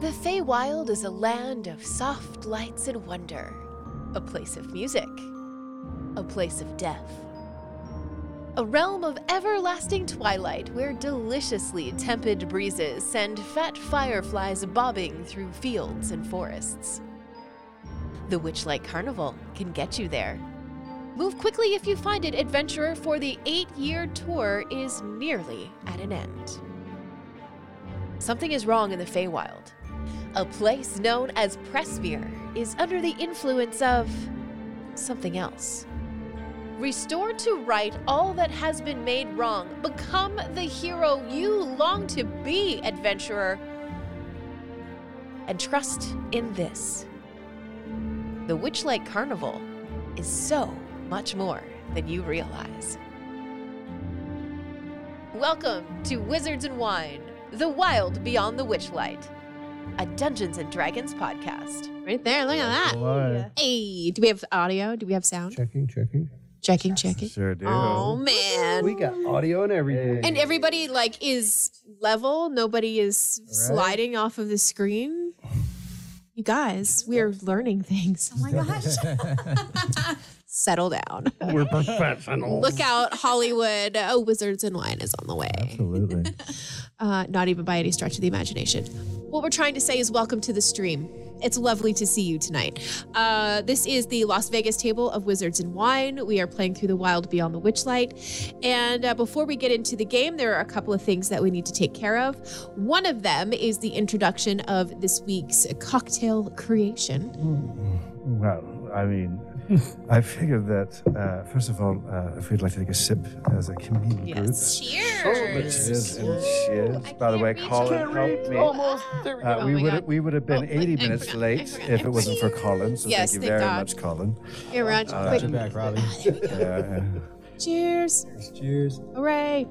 The Feywild is a land of soft lights and wonder, a place of music, a place of death, a realm of everlasting twilight where deliciously tepid breezes send fat fireflies bobbing through fields and forests. The Witchlight Carnival can get you there. Move quickly if you find it, adventurer, for the eight year tour is nearly at an end. Something is wrong in the Feywild. A place known as Pressmere is under the influence of something else. Restore to right all that has been made wrong. Become the hero you long to be, adventurer. And trust in this. The Witchlight Carnival is so much more than you realize. Welcome to Wizards and Wine, the wild beyond the witchlight, a Dungeons and Dragons podcast. Right there. Look at that. Live. Hey, do we have audio? Do we have sound? Checking, checking. Checking, checking. Sure do. Oh We man. got audio and everything. And everybody like is level. Nobody is sliding off of the screen. You guys, we are learning things. Oh my gosh. Settle down. We're professional. Look out, Hollywood. Oh, Wizards and Wine is on the way. Absolutely. uh, not even by any stretch of the imagination. What we're trying to say is welcome to the stream. It's lovely to see you tonight. Uh, this is the Las Vegas table of Wizards and Wine. We are playing through the Wild Beyond the Witchlight. And uh, before we get into the game, there are a couple of things that we need to take care of. One of them is the introduction of this week's cocktail creation. Well, I mean, I figured that, uh, first of all, uh, if we'd like to take a sip as a communal group. Oh, Cheers and cheers. By the way, Colin helped me. Almost. There we go. Uh, we Oh my would God. we would have been Oh, 80 I minutes forgot, I late forgot. if it wasn't for Colin. So Yes, thank you thank very God. much, Colin. Here, Roger, Uh, quick. back, Robbie. Yeah, Cheers. Cheers. Hooray.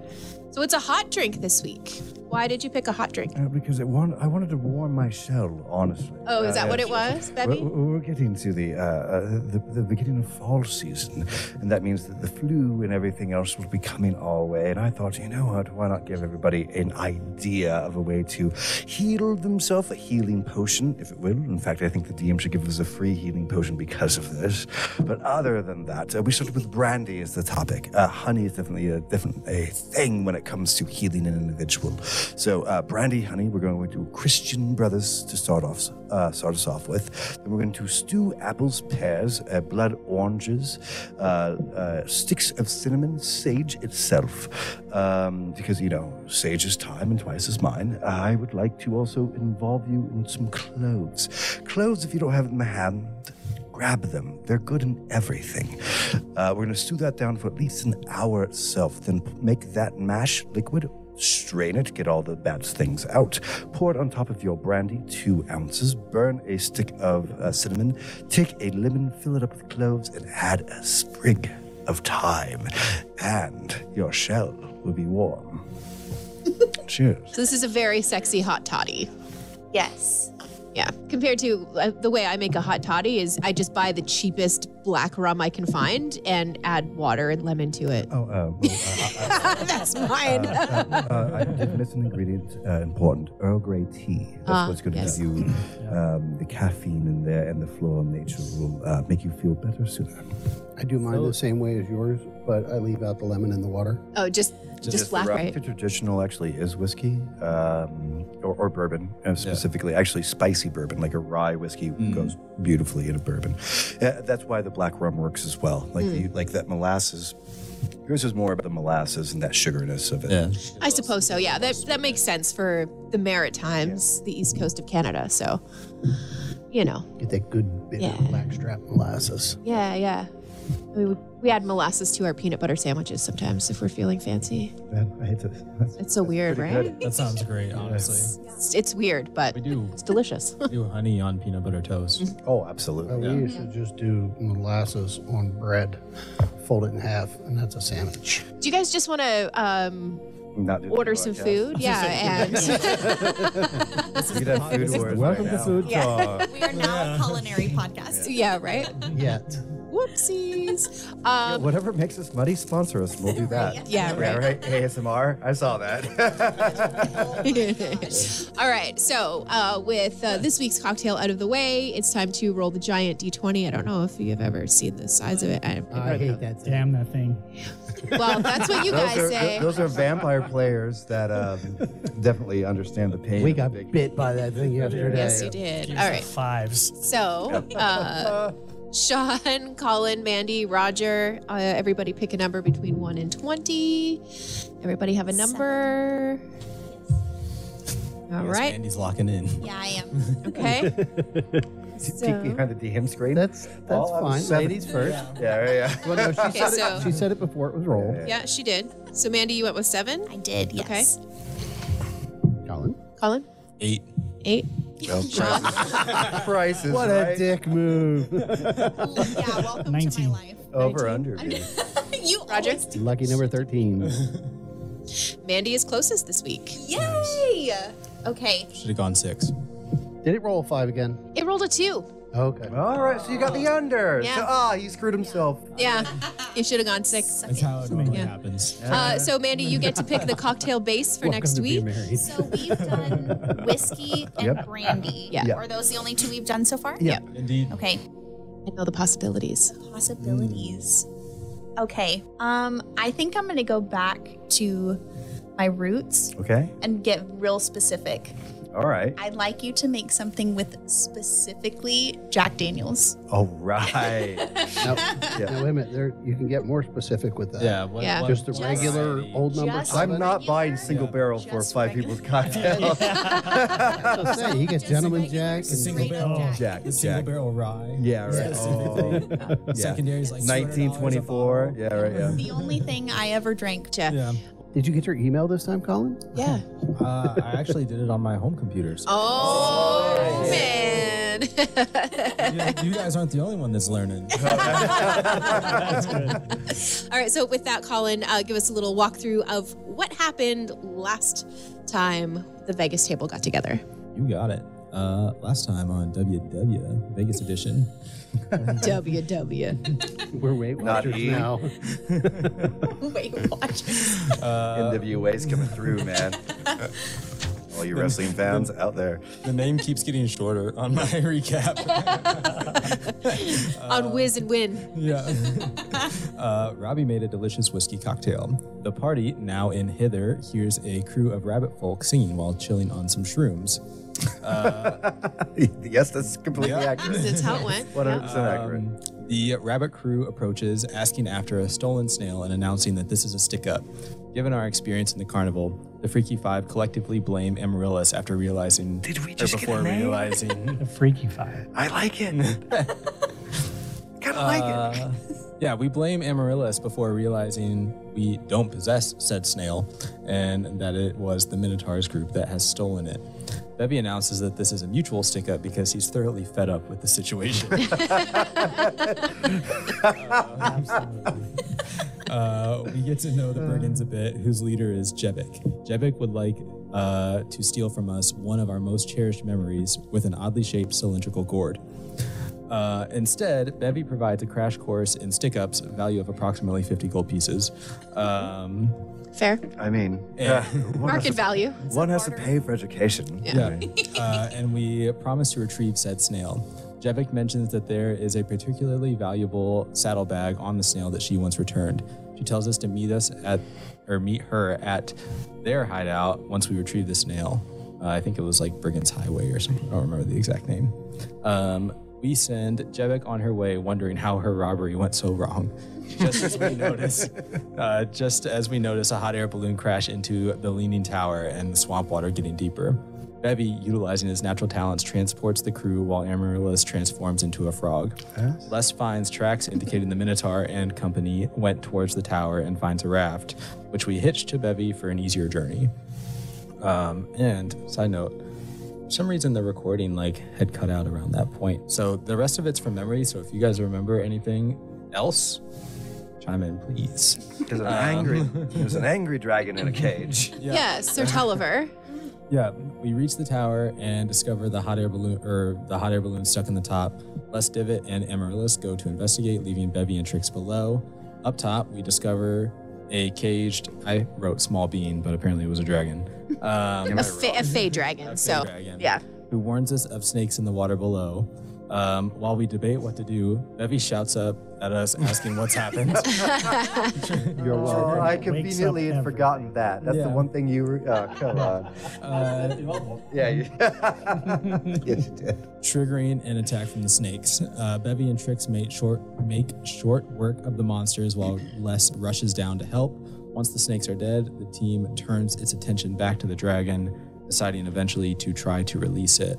So it's a hot drink this week. Why did you pick a hot drink? uh, because it wan- I wanted to warm my shell, honestly. Oh, is Uh, that what yes, it was, We're, Bevy? we're getting to the, uh, uh, the the beginning of fall season, and that means that the flu and everything else will be coming our way. And I thought, you know what? Why not give everybody an idea of a way to heal themselves, a healing potion, if it will. In fact, I think the DM should give us a free healing potion because of this. But other than that, uh, we started with brandy as the topic. Uh, honey is definitely a different a thing when it comes to healing an individual. So uh, brandy, honey, we're going to Christian brothers to start off uh, start us off with. Then we're going to stew apples, pears, uh, blood oranges, uh, uh, sticks of cinnamon, sage itself, um, because you know sage is time and twice is mine. I would like to also involve you in some cloves. Cloves, if you don't have them in hand, grab them. They're good in everything. Uh, we're going to stew that down for at least an hour itself, then p- make that mash liquid. Strain it, get all the bad things out. Pour it on top of your brandy, two ounces. Burn a stick of uh, cinnamon. Take a lemon, fill it up with cloves, and add a sprig of thyme. And your shell will be warm. Cheers. So this is a very sexy hot toddy. Yes. Yeah. Compared to uh, the way I make a hot toddy is I just buy the cheapest black rum I can find and add water and lemon to it. Oh, uh, well, uh, That's mine. uh, I did miss an ingredient uh, important Earl Grey tea. That's Ah, what's going to yes. give you um, the caffeine in there and the floral nature will uh, make you feel better sooner. I do mine the same way as yours, but I leave out the lemon and the water. oh, just just, black, right? The traditional actually is whiskey um, or, or bourbon, uh, specifically, actually spicy bourbon, like a rye whiskey goes beautifully in a bourbon. Uh, that's why the black rum works as well. Like Mm. the, like that molasses. Yours is more about the molasses and that sugariness of it. Yeah. I suppose so. Yeah. That that makes sense for the Maritimes, the east coast of Canada. So, you know. Get that good bitter Yeah. blackstrap molasses. Yeah, yeah. I mean, we, we add molasses to our peanut butter sandwiches sometimes if we're feeling fancy. Man, I hate this. That's It's so weird, pretty right? good. That sounds great, honestly. It's, it's weird, but We do it's delicious. do honey on peanut butter toast. Oh, Uh, absolutely. we used to just do molasses on bread, fold it in half, and that's a sandwich. Do you guys just want to um, Not do the order some podcast. food? Yeah, and You could have food wars right now. We are now a culinary podcast. yeah, right. Yet. Whoopsies. Um, Whatever makes us muddy, sponsor us. We'll do that. yeah, Yeah, right. right. ASMR. I saw that. All right. So, uh, with uh, this week's cocktail out of the way, it's time to roll the giant d20. I don't know if you've ever seen the size of it. I, I hate that thing. Damn that thing. well, that's what you Uh, those, guys are, say. those are vampire players that um, definitely understand the pain. We of the got big- bit by that thing yesterday. yes, you did. Gives All the right. Fives. So, uh, Sean, Colin, Mandy, Roger, uh, everybody pick a number between 1 and 20. Everybody have a number. All Yes, right. Mandy's locking in. Yeah, I am. Okay. Peek so, behind the DM screen. That's that's All of fine. seven. Ladies first. Yeah, yeah, yeah. Well, no, she, okay, said it, so she said it before it was rolled. yeah, she did. So, Mandy, you went with 7. I did, yes. Colin. Colin, Eight. 8. Well, prices, prices What right? a dick move. Yeah, welcome to 19. my life. Over under. dude. you Roger? always do- Lucky number 13. Mandy is closest this week. Yay! Okay. Should have gone six. Did it roll a five again? It rolled a 2. Okay. All right, so you got the under. Yeah. So, ah, he screwed himself. Yeah. You should have gone 6. That's how it normally Yeah. happens. Uh, so, Mandy, you get to pick the cocktail base for next week. So we've done whiskey and Yep. brandy. Yeah. Are those the only two we've done so far? Yeah. Indeed. Okay. And all the possibilities. Possibilities. Okay. Um, I think I'm gonna go back to my roots Okay. and get real specific. All right. I'd like you to make something with specifically Jack Daniels. All right. No, no, wait a minute. There, you can get more specific with that. Yeah. What, Yeah. what Just a Just- regular variety? old number. just- I'm seven. not buying single Yeah. barrel for Just five regular. people's cocktail. That's what I'm saying. You got Just gentleman regular jack. straight single And, up barrel. Jack. Jack. The single Jack. barrel rye. Yeah, right. Specifically. Oh, yeah. Secondary is like $200 a bottle. 1924. Yeah, right. Yeah. The only thing I ever drank to Yeah. did you get your email this time, Colin? Yeah. Uh, I actually did it on my home computer. So Oh, man. you, you guys aren't the only one that's learning. All right, so with that, Colin, uh, give us a little walkthrough of what happened last time the Vegas table got together. You got it. Uh, last time on WW Vegas Edition. WW. We're Weight Not Watchers E. now. Weight Watchers. Uh, NWA's coming through, man. All you wrestling fans out there. The name keeps getting shorter on my recap. On Whiz and Win. yeah. Uh, Robbie made a delicious whiskey cocktail. The party, now in hither, hears a crew of rabbit folk singing while chilling on some shrooms. yes, that's completely Yeah. Um, accurate. That's how it went. 100% accurate. The rabbit crew approaches, asking after a stolen snail and announcing that this is a stick up. Given our experience in the carnival, the Freaky Five collectively blame Amaryllis after realizing. Did we or just get a before name? realizing The freaky five. I like it. kind of Uh, like it. Yeah, we blame Amaryllis before realizing we don't possess said snail and that it was the Minotaur's group that has stolen it. Bevy announces that this is a mutual stick up because he's thoroughly fed up with the situation. uh, we get to know the Bergens a bit, whose leader is Jebek. Jebek would like uh, to steal from us one of our most cherished memories with an oddly shaped cylindrical gourd. Uh, instead, Bevy provides a crash course in stick ups, value of approximately 50 gold pieces. Um, Fair. I mean, uh, Yeah. one, has Market to, value. one has to pay for education. yeah. uh, and we promise to retrieve said snail. Jevik mentions that there is a particularly valuable saddlebag on the snail that she once returned. She tells us to meet us at, or meet her at their hideout once we retrieve the snail. Uh, I think it was like Brigand's Highway or something. I don't remember the exact name. Um, we send Jevik on her way, wondering how her robbery went so wrong. Just as we notice, uh, just as we notice a hot air balloon crash into the leaning tower and the swamp water getting deeper. Bevy, utilizing his natural talents, transports the crew while Amaryllis transforms into a frog. Les finds tracks indicating the Minotaur and company went towards the tower and finds a raft, which we hitch to Bevy for an easier journey. Um, and side note, for some reason the recording like had cut out around that point. So the rest of it's from memory. So if you guys remember anything else, chime in, please. There's an angry, there's an angry dragon in a cage. Yeah, Sir Tulliver. Yeah, we reach the tower and discover the hot air balloon or the hot air balloon stuck in the top. Les Divot and Amaryllis go to investigate, leaving Bevy and Trix below. Up top, we discover a caged. I wrote small bean, but apparently it was a dragon. Um, A, fa- a fey dragon. a so, dragon yeah. who warns us of snakes in the water below. Um, while we debate what to do, Bevy shouts up at us asking what's happened. Your Well, children I wakes up conveniently had every- forgotten that. That's the Yeah. one thing you. were- Oh, come on. Uh, Yeah. You, yes, you did. triggering an attack from the snakes. Uh, Bevy and Trix make short make short work of the monsters while Les rushes down to help. Once the snakes are dead, the team turns its attention back to the dragon, deciding eventually to try to release it.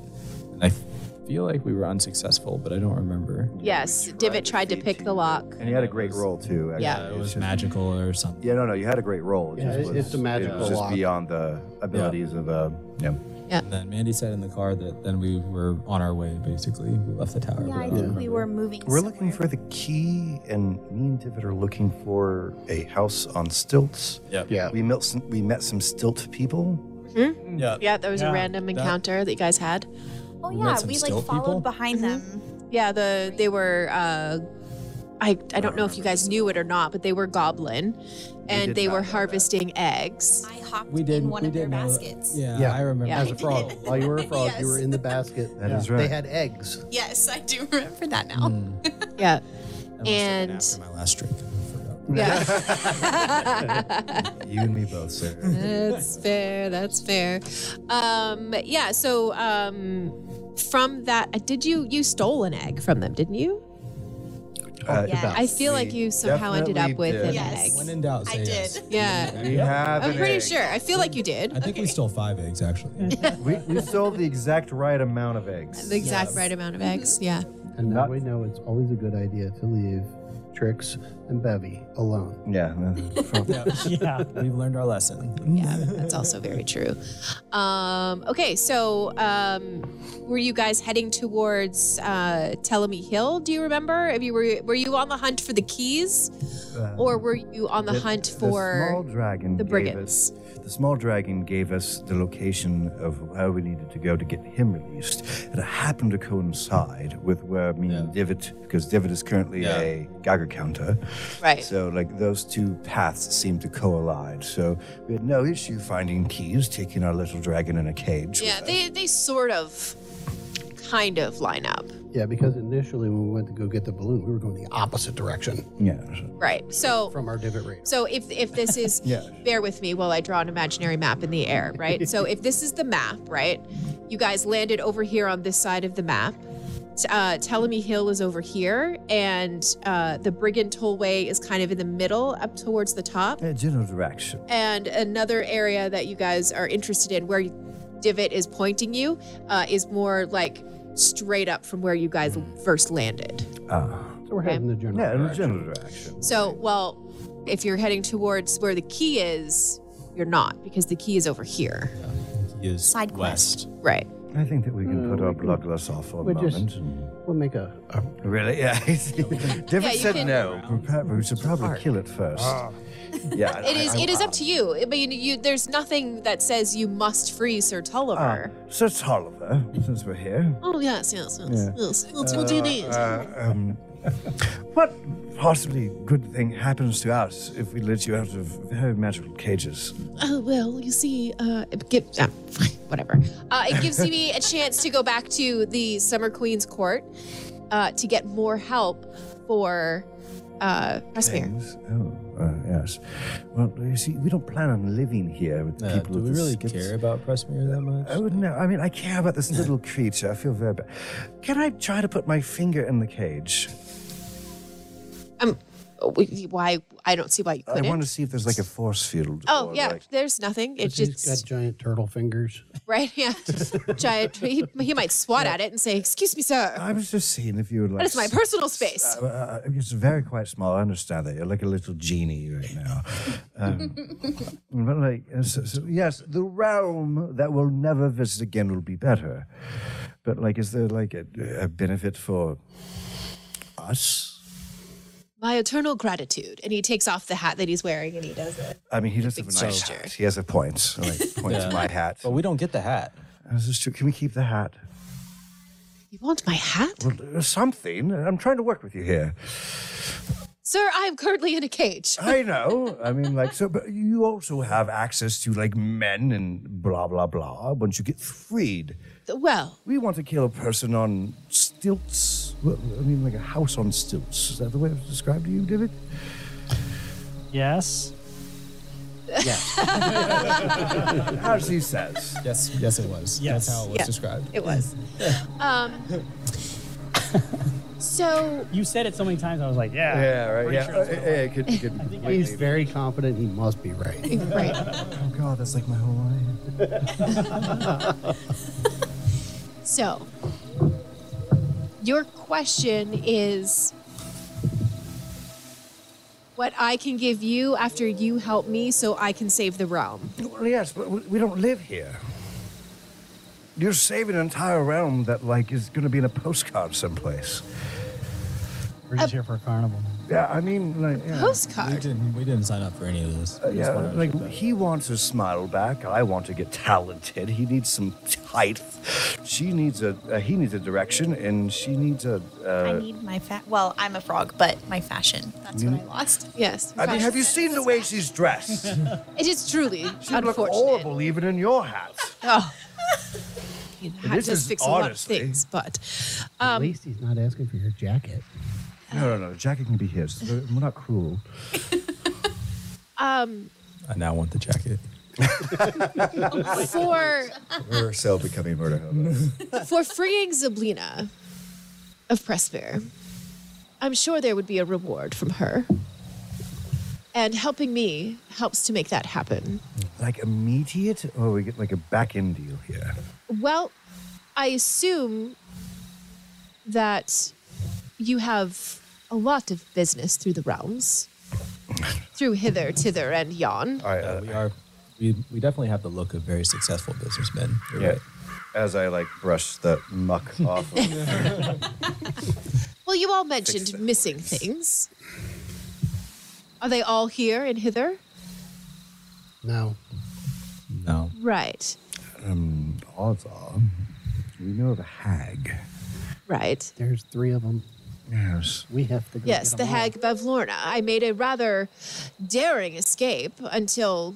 And I f- feel like we were unsuccessful, but I don't remember. Yes, Divot tried to pick the lock. And you had a great role too. actually. Yeah. Uh, it It's was just- magical or something. Yeah, no, no, you had a great role. It Yeah, just it- it's a magical It was just lock. beyond the abilities of uh, a. Yeah. And then Mandy said in the car that then we were on our way. Basically, we left the tower. Yeah, I but, think um, we were moving. We're looking for somewhere. the key, and me and Divot are looking for a house on stilts. Yep. Yeah. We met some, we met some stilt people. Yeah. Yeah, that was a Yeah, random encounter that you guys had. Oh We yeah, met some we stilt like followed people? behind them. Yeah, the they were. Uh, I I don't know if you guys knew it or not, but they were goblin, and did they not were know that. harvesting eggs. I hopped We did. in one we of did their know- baskets. Yeah, Yeah. I remember. Yeah. As a frog. While you were a frog, you were in the basket. That is They right. had eggs. Yes, I do remember that now. Mm. Yeah, That must have been And- after my last drink, I forgot. yeah. You and me both, sir. that's fair. That's fair. Um, yeah. So um, from that, uh, did you you stole an egg from them? Didn't you? Oh, Uh, Yeah. I feel like We you somehow ended up definitely with an did. Yes. When egg. in doubt, I say yes. did. Yeah, We have I'm an pretty egg. sure. I feel like you did. I think we stole five eggs actually. We, we sold the exact right amount of eggs. The exact right amount of eggs. Yeah. And now we know it's always a good idea to leave Trix and Bevy alone. Yeah. Yeah. We've learned our lesson. Yeah, that's also very true. Um, okay, so um, were you guys heading towards uh, Tellamy Hill? Do you remember? If you were, were you on the hunt for the keys, or were you on the, hunt the small for dragon the gave brigands? us- the small dragon gave us the location of where we needed to go to get him released, and it happened to coincide with where me and Divot, because Divot is currently Yeah. a Geiger counter, Right. so like those two paths seemed to collide. So we had no issue finding keys, taking our little dragon in a cage. with yeah, us. they they sort of, kind of line up. Yeah, because initially when we went to go get the balloon, we were going the opposite direction yeah. so- Right. So from our divot radar. So if if this is Yeah. bear with me while I draw an imaginary map in the air, right? so if this is the map, right? You guys landed over here on this side of the map. T- Uh, Tellamy Hill is over here, and uh, the Brigand Tollway is kind of in the middle, up towards the top. Yeah, general direction. And another area that you guys are interested in, where Divot is pointing you, uh, is more like straight up from where you guys first landed. Ah. So we're heading the general Yeah, in direction. general direction. So, well, if you're heading towards where the key is, you're not because the key is over here. He is Side west. quest. Right. I think that we can put our bloodlust off for a Hmm. we're just- moment. and- We'll make a, a Really? Yeah. Divot you said can- no. Ah. Prepare- We should probably kill it first. Yeah. It is. It is up to you. I mean, you. There's nothing that says you must free Sir Tulliver. Sir Tolliver, since we're here. oh yes, yes, yes, yes. That's what you need. Uh, um, what possibly good thing happens to us if we let you out of very magical cages? oh well, you see, uh, it gives. Uh, whatever. Uh, it gives me a chance to go back to the Summer Queen's court uh, to get more help for uh, Pressmere. Things? Oh, uh, yes. Well, you see, we don't plan on living here with the Uh, people do of we the really skips. care about Pressmere that much? Oh no! I mean, I care about this little creature. I feel very bad. Can I try to put my finger in the cage? Um, why? I don't see why you couldn't. I want to see if there's like a force field. Oh or, yeah, like- there's nothing. It She's got just giant turtle fingers. right, yeah. Giant. He, he might swat at it and say, "Excuse me, sir, I was just seeing if you would like. that is my Uh, s- personal space." Uh, uh, it's very quite small. I understand that. You're like a little genie right now. Um, but like, uh, so- so, yes, the realm that we'll never visit again will be better. But like, is there like a, a benefit for us? My eternal gratitude. And he takes off the hat that he's wearing and he does it. I mean, he does have a nice gesture. hat. He has a point. Like, point to Yeah. my hat. But we don't get the hat. This is true. Can we keep the hat? You want my hat? Well, uh, something. I'm trying to work with you here. Sir, I am currently in a cage. I know. I mean, like, so, but you also have access to, like, men and blah, blah, blah once you get freed. Well, We want to kill a person on stilts. Well, I mean, like a house on stilts. Is that the way it was described to you, David? Yes. As he says. Yes, yes, it was. Yes. That's how it was Yeah. described. it was. Um, so You said it so many times, I was like, yeah. Yeah, right. Pretty Yeah, sure that's Uh, yeah, it could, it could be He's very confident he must be right. right. Oh, God, that's like my whole life. So your question is what I can give you after you help me so I can save the realm. Well, yes, but we we don't live here. You're saving an entire realm that, like, is going to be in a postcard someplace. We're just here for a carnival. Yeah, I mean, like, yeah. We Postcard. didn't, we didn't sign up for any of this. Uh, We just yeah, wanted to like keep that. he wants his smile back. I want to get talented. He needs some height. She needs a. Uh, he needs a direction, and she needs a. I Uh, need my fa- well, I'm a frog, but my fashion. That's Mm-hmm. what I lost. Yes. I mean, have you seen the way she's dressed? It is truly She'd look unfortunate. horrible even in your hat. Oh. You know, hat this does is fix honestly- a lot of things, but At least he's not asking for your jacket. No, no, no. Jackie can be his. We're not cruel. I now want the jacket. for We're so becoming murder hobos. for freeing Zablina of Presbyr, I'm sure there would be a reward from her. And helping me helps to make that happen. like immediate, or we get like a back end deal here. Well, I assume that you have a lot of business through the realms, through hither, tither, and yon. I, Uh, we are, we, we definitely have the look of very successful businessmen. You're yeah. right. As I like brush the muck off. Of, Well, you all mentioned missing things. Are they all here in hither? No. No. Right, um, odds are, we know of a hag. right. There's three of them. Yes. We have to go. Yes, get the 'em all. hag Bevlorna. I made a rather daring escape until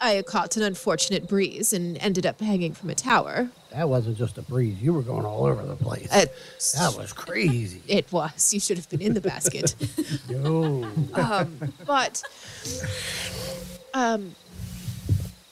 I caught an unfortunate breeze and ended up hanging from a tower. That wasn't just a breeze. You were going all over the place. Uh, that was crazy. It was. You should have been in the basket. No. um, but um,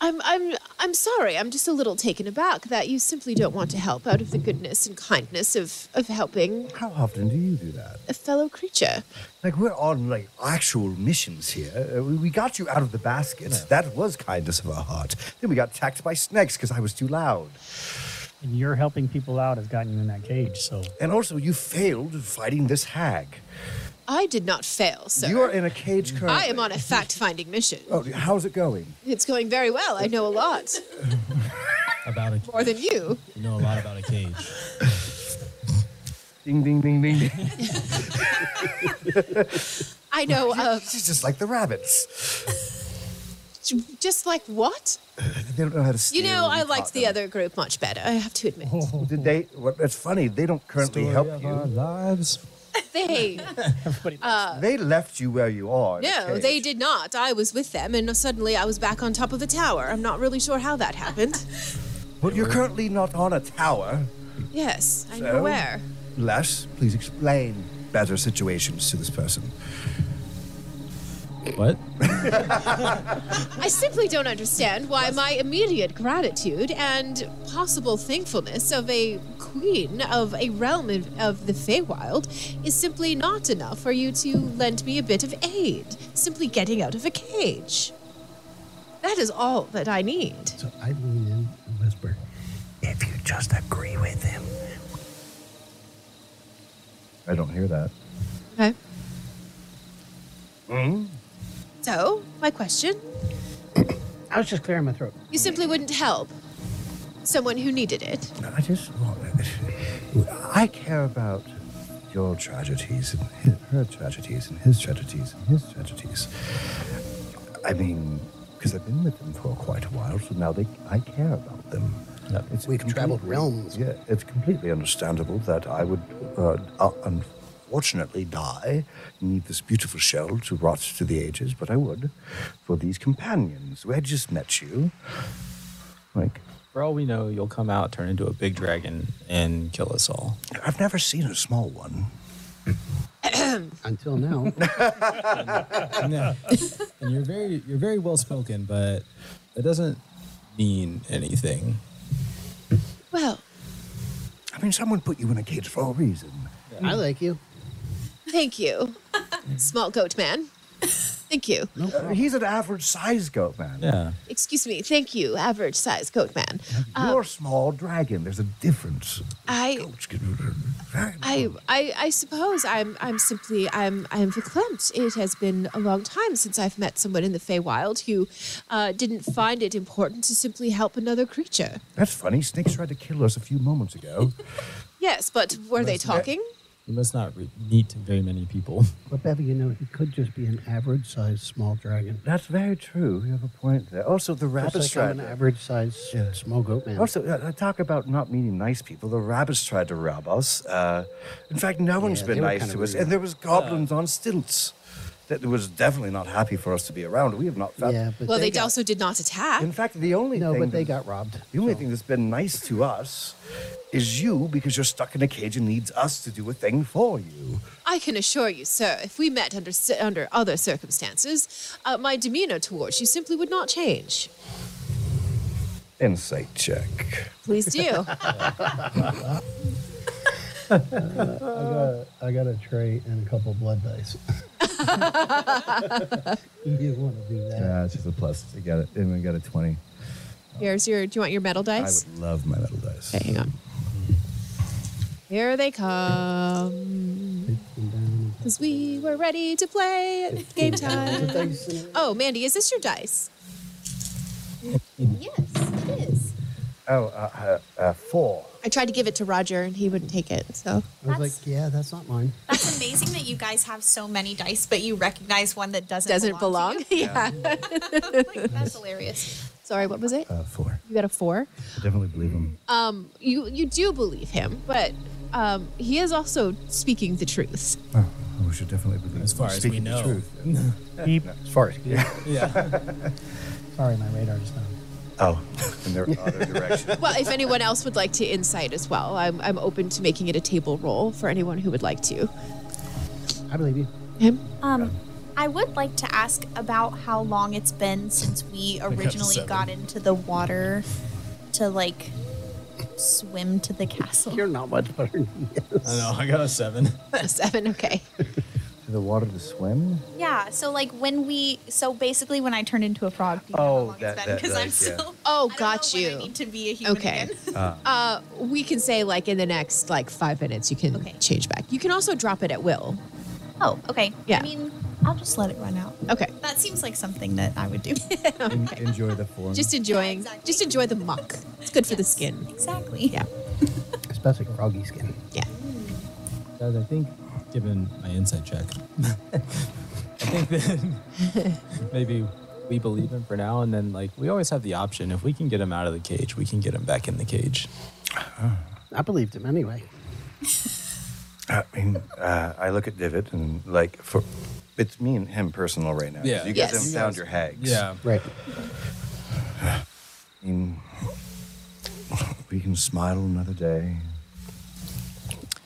I'm I'm I'm sorry. I'm just a little taken aback that you simply don't want to help out of the goodness and kindness of of helping How often do you do that? a fellow creature. Like we're on like actual missions here. Uh, we, we got you out of the basket. That was kindness of our heart. Then we got attacked by snakes because I was too loud. And you're helping people out has gotten you in that cage, so And also, you failed fighting this hag. I did not fail, sir. You are in a cage currently. I am on a fact-finding mission. Oh, how's it going? It's going very well. I know a lot About a, more than you. you know a lot about a cage. Ding, ding, ding, ding. ding. I know uh, of She's just like the rabbits. just like what? They don't know how to steal. You know, We I caught liked the them. Oh. other group much better. I have to admit. Did they? Well, it's funny. They don't currently Story help of you. our lives. They they left you where you are. in a Uh, No, cage. they did not. I was with them, and suddenly I was back on top of a tower. I'm not really sure how that happened. But you're currently not on a tower. yes, I So? know where. Les, please explain better situations to this person. What? I simply don't understand why my immediate gratitude and possible thankfulness of a queen of a realm of, of the Feywild is simply not enough for you to lend me a bit of aid. Simply getting out of a cage. That is all that I need. So I lean in and whisper, if you just agree with him. I don't hear that. Okay. So, my question I was just clearing my throat. You simply wouldn't help someone who needed it. I just want. I care about your tragedies and his, her tragedies and his tragedies and his tragedies. I mean, because I've been with them for quite a while, so now they I care about them. Yep. It's We've traveled completely- realms. Yeah, it's completely understandable that I would uh, uh, unfortunately die, leave this beautiful shell to rot to the ages, but I would for these companions. We had just met you. Like, For all we know, you'll come out, turn into a big dragon, and kill us all. I've never seen a small one. Until now, No. and you're very you're very well spoken, but that doesn't mean anything. Well, I mean, someone put you in a cage for a reason. I like you. thank you, small goat man. Thank you. Uh, he's an average size goat, man. Yeah. Excuse me. Thank you, average size goat man. Uh, You're a small dragon. There's a difference. I Goats can very I, I I suppose I'm I'm simply I'm I'm verklempt. It has been a long time since I've met someone in the Feywild who uh, didn't find it important to simply help another creature. That's funny. Snakes tried to kill us a few moments ago. Yes, but were they talking? You must not re- meet very many people. But Bevy, you know, he could just be an average-sized small dragon. That's very true. You have a point there. Also, the Just rabbits like I'm tried. an average-sized small goat man. also, uh, talk about not meeting nice people. The rabbits tried to rob us. Uh, in fact, no one's Yeah, been they were nice kinda to us. rude. Uh. And there was goblins on stilts that was definitely not happy for us to be around. We have not found. yeah, but Well, they, got, also did not attack. In fact, the only no, thing but they that- got robbed. The only thing that's been nice to us is you because you're stuck in a cage and needs us to do a thing for you. I can assure you, sir, if we met under ci- under other circumstances, uh, my demeanor towards you simply would not change. Insight check. Please do. I got, I got a tray and a couple blood dice. you want to do that? it's just a plus. You got it. Anyone got a 20? Here's your. Do you want your metal dice? would love my metal dice. Okay, hang on. Here they come. Because we were ready to play at game time. Oh, Mandy, is this your dice? Yes, it is. Oh, uh, uh, uh, four. I tried to give it to Roger and he wouldn't take it. So I was like, yeah, that's not mine. That's amazing that you guys have so many dice, but you recognize one that doesn't doesn't belong. to yeah. you. Like, that's hilarious. Sorry, what was it? Uh, four. You got a four. I definitely believe him. Um, you you do believe him, but um, he is also speaking the truth. Oh, we should definitely believe As him. far as we Speaking know. The truth. Beep. As far as Yeah. Sorry, my radar's down. oh, in their other direction. Well, if anyone else would like to insight as well, I'm I'm open to making it a table roll for anyone who would like to. I believe you. Him. Um, I would like to ask about how long it's been since we originally seven. got into the water to like swim to the castle. You're not much better than you. I know. I got a seven. Seven. Okay. to the water to swim? Yeah, so like when we, so basically when I turned into a frog. do you know Oh, how long it's that- been? that- 'Cause that, I'm yeah. still. Oh, I don't got know when you. I need to be a human Okay. again. Uh, we can say like in the next like five minutes you can Okay. change back. You can also drop it at will. Oh, okay. Yeah. I mean, I'll just let it run out. Okay. That seems like something that I would do. Enjoy the form. Just enjoying exactly. just enjoy the muck. It's good for the skin. exactly. Yeah. Especially froggy skin. Yeah. Guys, I think, given my insight check, I think that maybe we believe him for now, and then like we always have the option. If we can get him out of the cage, we can get him back in the cage. I believed him anyway. I mean, uh, I look at Divot and like for it's me and him personal right now. 'cause Yeah. you guys Yes. haven't You found your hags. Right. I mean, we can smile another day.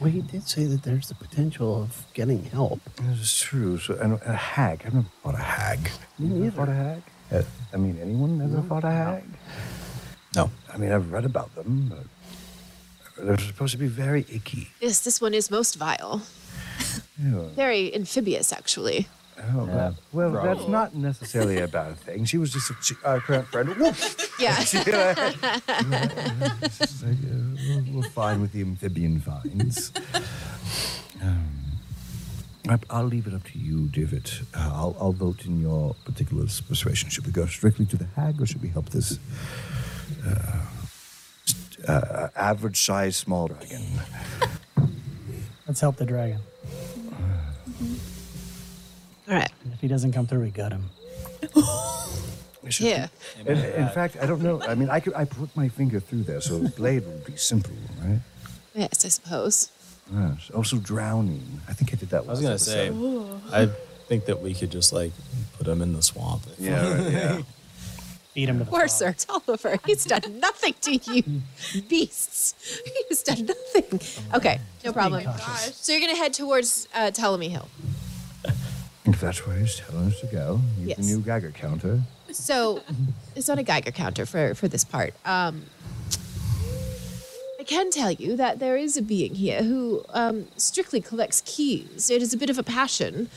Well, he did say that there's the potential of getting help. This is true. So, and a hag. I've never fought a hag. You never fought a hag? Uh, I mean, anyone ever fought a hag? No. I mean, I've read about them, but they're supposed to be very icky. Yes, this one is most vile. Yeah. Very amphibious actually. Oh, well, well, that's not necessarily a bad thing. She was just a, she, our current friend. Whoop! Yeah. It's like, uh, we're- we're fine with the amphibian finds. Um, I, I'll leave it up to you, David. Uh, I'll, I'll vote in your particular persuasion. Should we go strictly to the hag, or should we help this uh, average-sized small dragon? I Let's help the dragon. All right. And if he doesn't come through, we gut him. Yeah. In, in fact, I don't know. I mean, I could I put my finger through there, so blade would be simple, right? Yes, I suppose. Yes. Also drowning. I think I did that. I last was gonna say, episode. I think that we could just like put him in the swamp. Yeah, right, yeah. Beat him to the Poor floor. Sir Tolliver. He's done nothing to you, beasts. He's done nothing. Okay, no problem. cautious. So you're gonna head towards uh, Ptolemy Hill. If that's where he's telling us to go, use Yes. the new Geiger counter. So it's not a Geiger counter for for this part. Um, I can tell you that there is a being here who um, strictly collects keys. It is a bit of a passion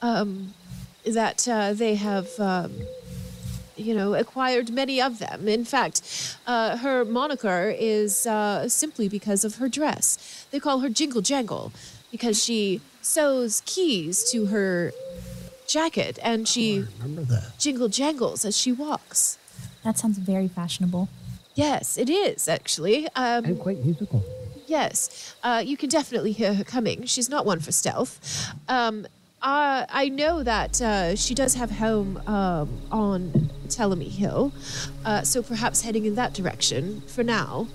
um, that uh, they have. Um, you know, acquired many of them. In fact, uh, her moniker is uh, simply because of her dress. They call her Jingle Jangle because she sews keys to her jacket and she Remember that? jingle jangles as she walks. That sounds very fashionable. Yes, it is actually. Um, Oh. And quite musical. yes, uh, you can definitely hear her coming. She's not one for stealth. Um, uh, I know that uh, she does have home um, on Tellamy Hill, uh, so perhaps heading in that direction for now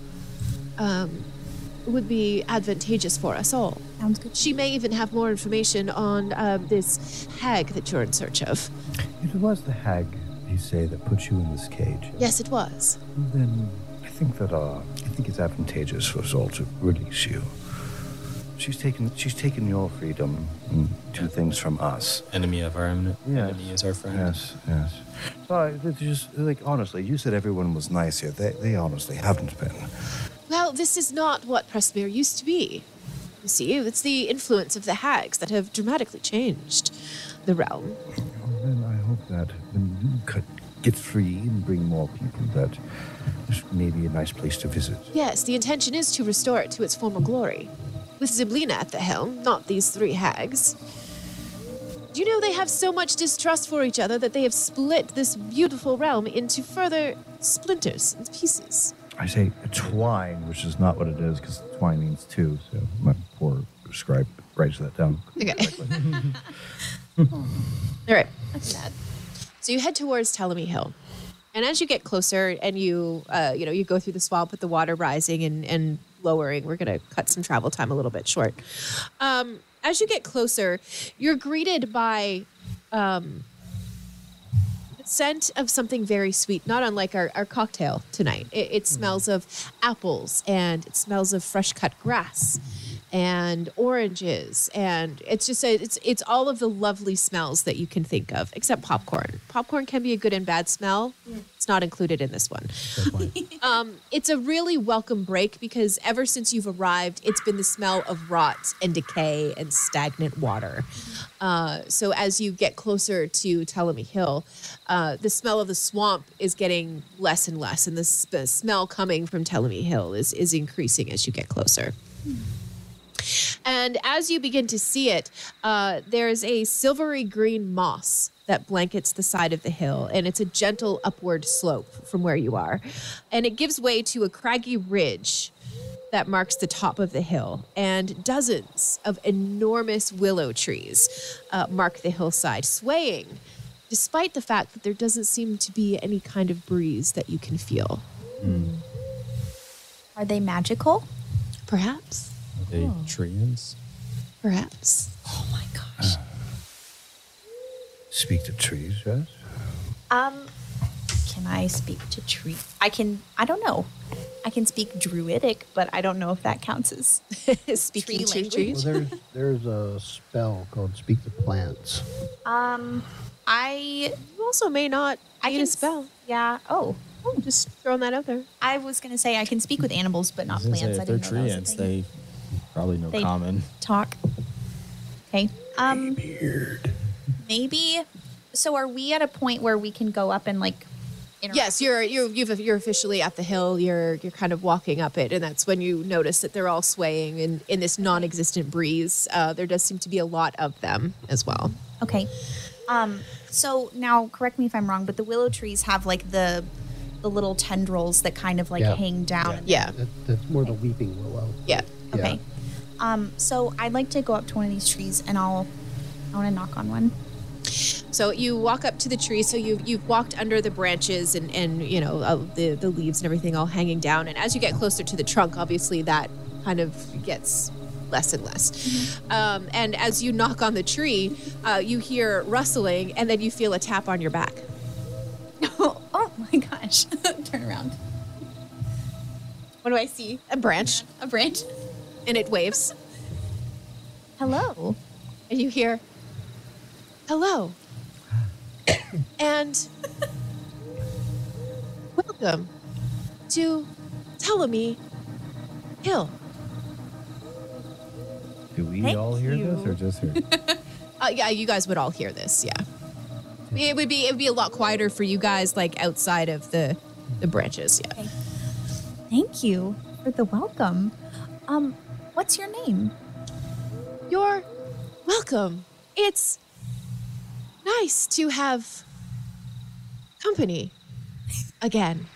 um, would be advantageous for us all. Sounds good. She may even have more information on um, this hag that you're in search of. It was the hag, they say, that put you in this cage. Yes, it was. Then I think that uh, I think it's advantageous for us all to release you. She's taken she's taken your freedom and two things from us. Enemy of our enemy, Yeah. enemy is our friend. Yes, yes. Sorry, it's just like honestly, you said everyone was nice here. They they honestly haven't been. Well, this is not what Presbyter used to be. You see, it's the influence of the hags that have dramatically changed the realm. Well, then I hope that when you cut, get free and bring more people, that this may be a nice place to visit. Yes, the intention is to restore it to its former glory. With Ziblina at the helm, not these three hags. Do you know they have so much distrust for each other that they have split this beautiful realm into further splinters and pieces? I say twine, which is not what it is, because twine means two. So my poor scribe writes that down. Okay. All right. So you head towards Ptolemy Hill, and as you get closer, and you uh, you know you go through the swamp with the water rising and and lowering. We're gonna cut some travel time a little bit short. Um, as you get closer, you're greeted by scent of something very sweet, not unlike our, our cocktail tonight. It, it smells of apples and it smells of fresh cut grass and oranges and it's just a, it's it's all of the lovely smells that you can think of except popcorn. Popcorn can be a good and bad smell. It's not included in this one. um, it's a really welcome break because ever since you've arrived, it's been the smell of rot and decay and stagnant water. Uh, so as you get closer to Ptolemy Hill, uh, the smell of the swamp is getting less and less, and the, s- the smell coming from Ptolemy Hill is is increasing as you get closer. And as you begin to see it, uh, there is a silvery green moss that blankets the side of the hill, and it's a gentle upward slope from where you are. And it gives way to a craggy ridge that marks the top of the hill, and dozens of enormous willow trees uh, mark the hillside, swaying, despite the fact that there doesn't seem to be any kind of breeze that you can feel. Are they magical? Perhaps, Are they treants? perhaps. Oh my gosh. Speak to trees, yes? Um, can I speak to tree? I can. I don't know. I can speak druidic, but I don't know if that counts as Speaking Tree to language. trees. Well, there's, there's a spell called Speak to Plants. Um, I You also may not I need can a s- spell. yeah. Oh, Just throwing that out there. I was gonna say I can speak with animals, but I was not gonna plants. say, I if they're didn't know that was a treants, thing. they probably know They- common. talk. Okay. Um, maybe. So are we at a point where we can go up and like? Interact? Yes, you're you're you've, you're officially at the hill. You're you're kind of walking up it, and that's when you notice that they're all swaying in, in this non-existent breeze. Uh, there does seem to be a lot of them as well. Okay. Um. So now, correct me if I'm wrong, but the willow trees have like the the little tendrils that kind of like Yeah. hang down. Yeah, That, that's more the weeping willow. yeah. Okay. Um, so I'd like to go up to one of these trees and I'll I want to knock on one. So you walk up to the tree. So you you've walked under the branches and and you know uh, the the leaves and everything all hanging down. And as you get closer to the trunk, obviously that kind of gets less and less. Um, and as you knock on the tree, uh, you hear rustling, and then you feel a tap on your back. oh, my gosh. Turn around. What do I see? A branch, A branch. and it waves, Hello. and you hear, "Hello," and welcome to Ptolemy Hill. Do we Thank all hear this or you. just her? Uh, yeah, you guys would all hear this. Yeah, it would be it would be a lot quieter for you guys, like outside of the the branches. Yeah, Thank you for the welcome. Um, what's your name? you're welcome. It's nice to have company again.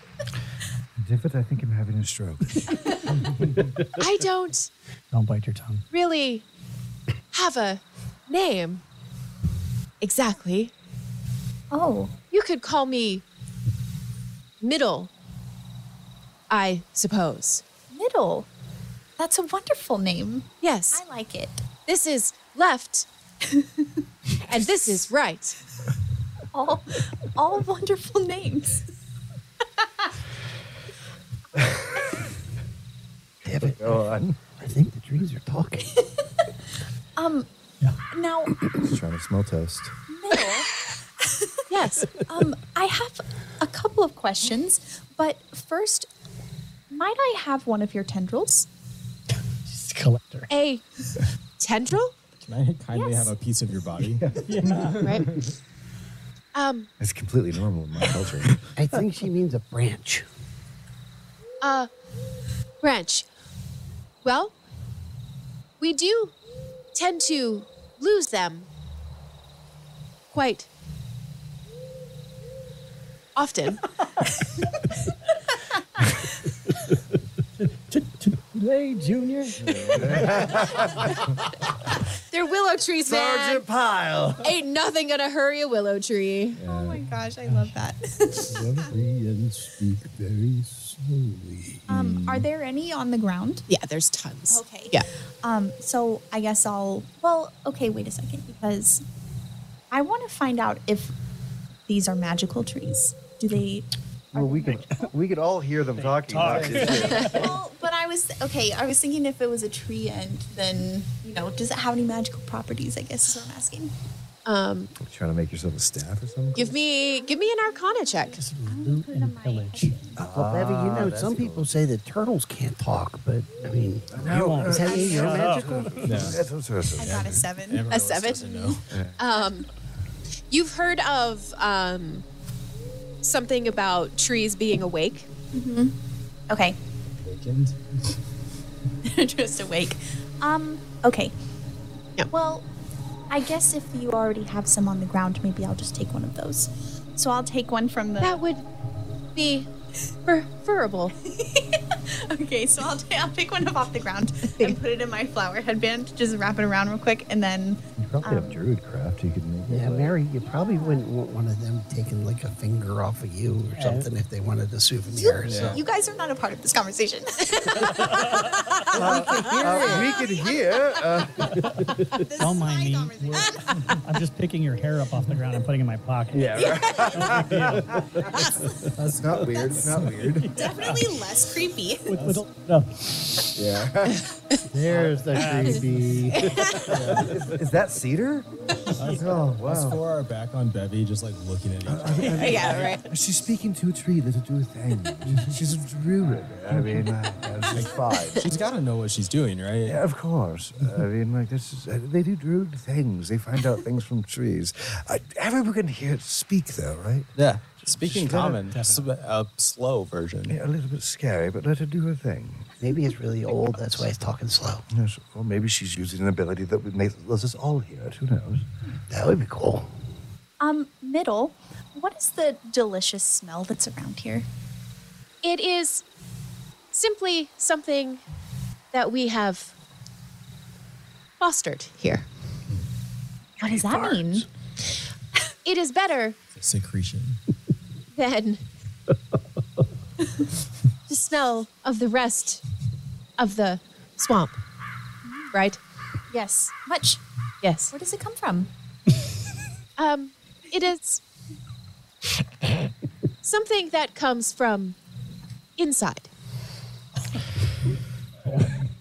Divot, I think I'm having a stroke. I don't Don't bite your tongue. really have a name exactly. Oh, You could call me Middle, I suppose. Middle. That's a wonderful name. Yes. I like it. This is left, and this is right. All, all wonderful names. Go on. I think the trees are talking. Um, now Just trying to smell toast. middle. Yes. Um, I have a couple of questions, but first, might I have one of your tendrils? She's a collector. A tendril, Can I kindly Yes. have a piece of your body? right? Um, It's completely normal in my culture. I think she means a branch. branch. Well, we do tend to lose them quite often. Hey, Junior. They're willow trees, man. Pile! Ain't nothing gonna hurry a willow tree. Oh my gosh, I love that. and speak very slowly. Um, are there any on the ground? Yeah, there's tons. Okay. Yeah. Um, so I guess I'll. Well, okay, wait a second, because I want to find out if these are magical trees. Do they? Well, we could we could all hear them talking. talk. not just you. well, but I was okay. I was thinking if it was a tree, and then you know, does it have any magical properties? I guess is what I'm asking. Um, Trying to make yourself a staff or something? give me give me an Arcana check. Just loot and pillage. well, Bevy, you know, some people say that turtles can't talk, but I mean, You won't. is that any of your Shut up. magical? no. That's what it's- I got a seven. Everyone else seven? Um, doesn't know. You've heard of um, something about trees being awake. Okay, Awakened? just awake. Um. Okay. Yeah. Well, I guess if you already have some on the ground, maybe I'll just take one of those. So I'll take one from the. That would be preferable. Okay, so I'll, i I'll pick one up off the ground and put it in my flower headband. Just wrap it around real quick, and then You probably have druid craft. You can make it. Yeah, like- Mary, you probably wouldn't want one of them taking like a finger off of you or something if they wanted a souvenir. So. you guys are not a part of this conversation. Uh, we could hear. Uh, this Don't is mind me. my conversation. I'm just picking your hair up off the ground and putting it in my pocket. yeah, right. That's not weird. Not weird. Definitely less creepy. with, with, no. Yeah. There's the creepy. Is that cedar? oh Us wow. four are back on Bevy, just like looking at each other. yeah, right. She's speaking to a tree that'll do a thing. She's a druid. I mean, uh, It's fine. She's got to know what she's doing, right? yeah, of course. I mean, like this is, uh, they do druid things. They find out things from trees. Uh, everyone can hear it speak, though, right? Yeah. Speaking Just let common, s- a slow version. Yeah, a little bit scary, but let her do her thing. Maybe it's really old. That's why it's talking slow. Yes, or maybe she's using an ability that would make lets us all hear it. Who knows? That would be cool. Um, middle. What is the delicious smell that's around here? It is simply something that we have fostered here. What does that mean? It is better Secretion. Oh. than the smell of the rest of the swamp. Right? Yes. Much. Yes. Where does it come from? Um, it is something that comes from inside.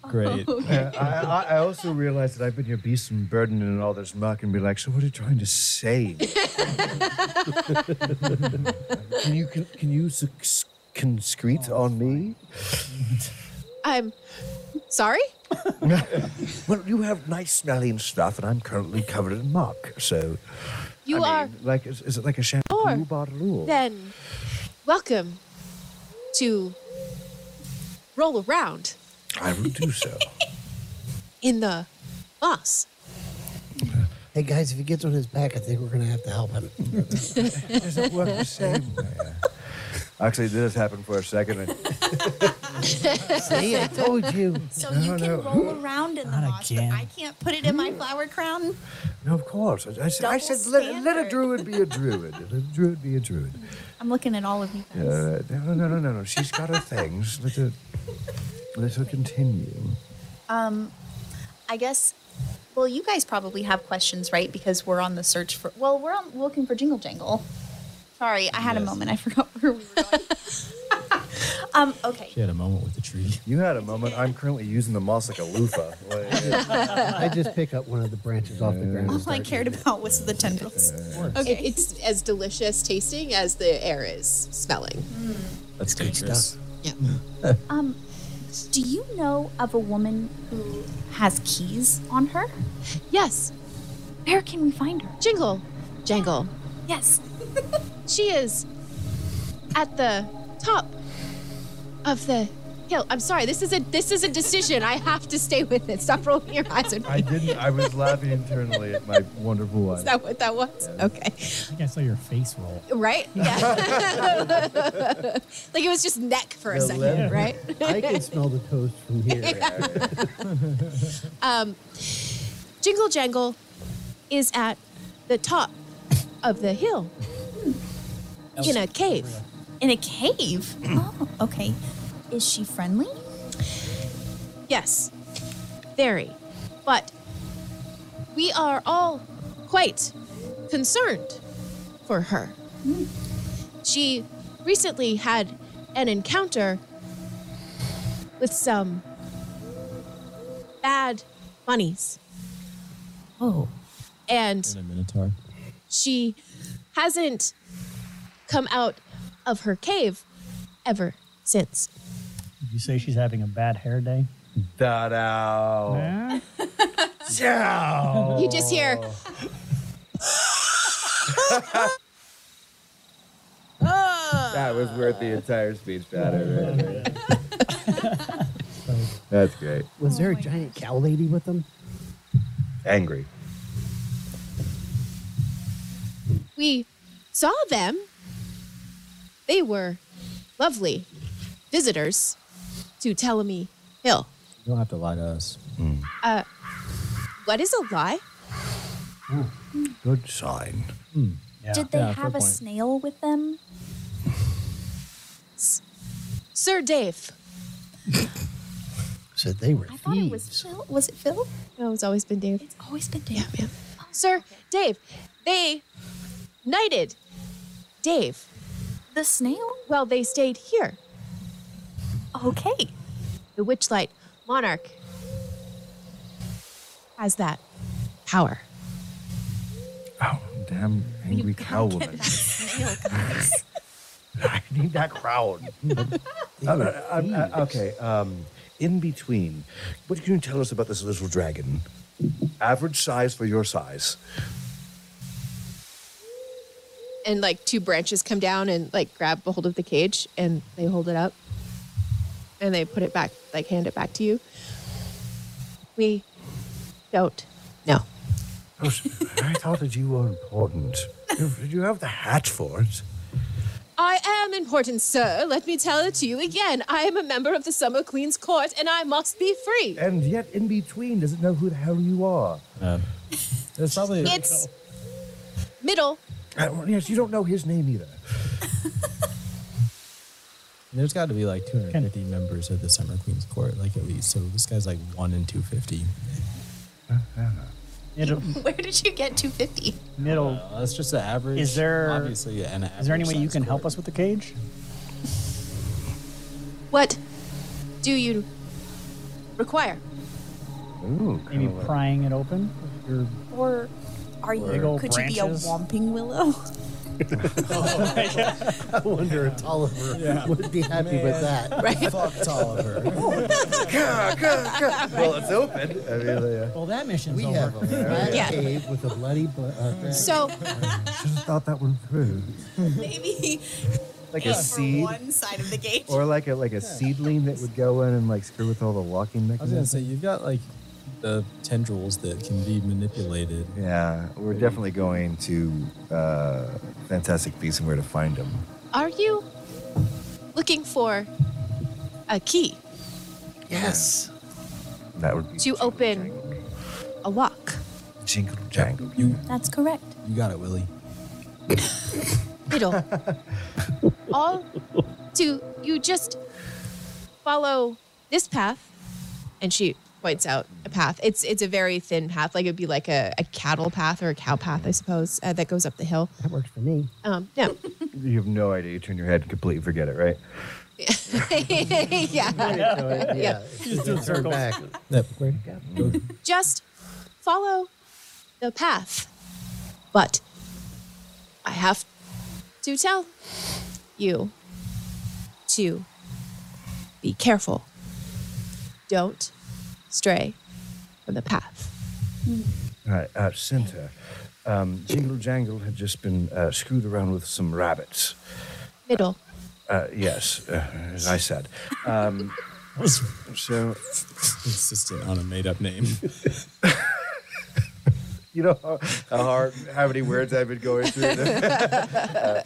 Great. Yeah, I, I, I also realized that I've been your beast and burden and all this muck and be like, so what are you trying to say? can you can, can you suc- conscrete on me? I'm sorry? Well, you have nice smelling stuff, and I'm currently covered in muck. So You I are mean, like, is, is it like a shampoo Or bottle? Or? then welcome to roll around I will do so. in the moss. Hey guys, if he gets on his back, I think we're gonna have to help him. Does it work the same way? Actually, this happened for a second. And See, I told you. So you can roll around in the moss, but I can't put it in my flower crown. no, of course. I, I said, I Double said let, let a standard. druid be a druid. Let a druid be a druid. I'm looking at all of you guys. Uh, no, no, no, no, no, no. She's got her things. Let her, let her continue. Um, I guess. Well, you guys probably have questions, right? Because we're on the search for. Well, we're on, looking for Jingle Jangle. Sorry, I had a Yes. moment. I forgot where we were going. um, okay. She had a moment with the tree. You had a moment. I'm currently using the moss like a loofah. Like, I just pick up one of the branches off the ground. and All I start cared about was the tendrils. It- it's as delicious tasting as the air is smelling. That's dangerous. Yeah. Um, do you know of a woman who has keys on her? Yes, Where can we find her? Jingle, Jangle. Yes. She is at the top of the hill. I'm sorry. This is a this is a decision. I have to stay with it. Stop rolling your eyes at me. I didn't. I was laughing internally at my wonderful wife. Is that what that was? Okay. I think I saw your face roll. Right? Yeah. like it was just neck for a The second, leather. right? I can smell the toast from here. Jingle Jangle is at the top of the hill in a cave. In a cave. oh, okay. Is she friendly? Yes, very. But we are all quite concerned for her. She recently had an encounter with some bad bunnies, Oh. and And a minotaur. she hasn't come out of her cave ever since. Did you say she's having a bad hair day? Da-da. Yeah. You just hear. That was worth the entire speech pattern. right there. That's great. Was there a giant cow lady with them? Angry. We saw them. They were lovely visitors to Tellamy Hill. You don't have to lie to us. What is a lie? Good sign. Yeah. Did they Yeah, fair have a point. snail with them? Sir Dave. Said they were I thought it was thieves. Phil. Was it Phil? No, Oh, it's always been Dave. It's always been Dave. Yeah. Sir Dave. They knighted Dave The snail? while they stayed here. Okay. The Witchlight Monarch has that power. Oh, damn angry cow woman. I need that crowd. uh, okay, um, in between, what can you tell us about this little dragon? Average size for your size. And like two branches come down and like grab a hold of the cage and they hold it up and they put it back, like hand it back to you. We don't know. I was- I thought that you were important. You, you have the hat for it. Um, I am important, sir. Let me tell it to you again. I am a member of the Summer Queen's court, and I must be free. And yet, in between, doesn't know who the hell you are. It's probably It's Middle. Uh, well, yes, you don't know his name either. there's got to be like 250 members of the Summer Queen's Court, like at least. So this guy's like one in 250. Middle, where did you get 250? middle. Uh, that's just the average. Is there- obviously an average? Is there any way you size can court. help us with the cage? What do you require? Ooh, Maybe prying it open. with Your Or are you? Big old could you be a branches. whomping willow? I wonder if Oliver would be happy with that. Right? Fuck Tolliver. well, it's open. I mean, uh, well, that mission's We over. have a bad Yeah. cave with a bloody. bu- Uh, dragon. So, should have thought that one through. Maybe like aim a for seed, one side of the gate. Or like a like a seedling that would go in and like screw with all the walking I was gonna mechanisms. say you've got like the tendrils that can be manipulated. Yeah, we're definitely going to uh, Fantastic Beasts and where to find them. are you looking for a key Yes. That would be to open a lock? jingle jangle. You That's correct. you got it, Willie. Middle. All to you just follow this path. And she points out a path. It's it's a very thin path. Like it'd be like a, a cattle path or a cow path, I suppose, uh, that goes up the hill. That works for me. Um, no. You have no idea. You turn your head and completely forget it, right? yeah. yeah. yeah. doing Turn circles. back. Yep. Go- Just follow the path. But I have to tell you to be careful. Don't stray from the path. All right, uh, center. Um, jingle jangle had just been uh, screwed around with some rabbits. Middle. Uh, yes, uh, as I said. Um, so Insistent on a made-up name. You know how, how hard, how many words I've been going through. there?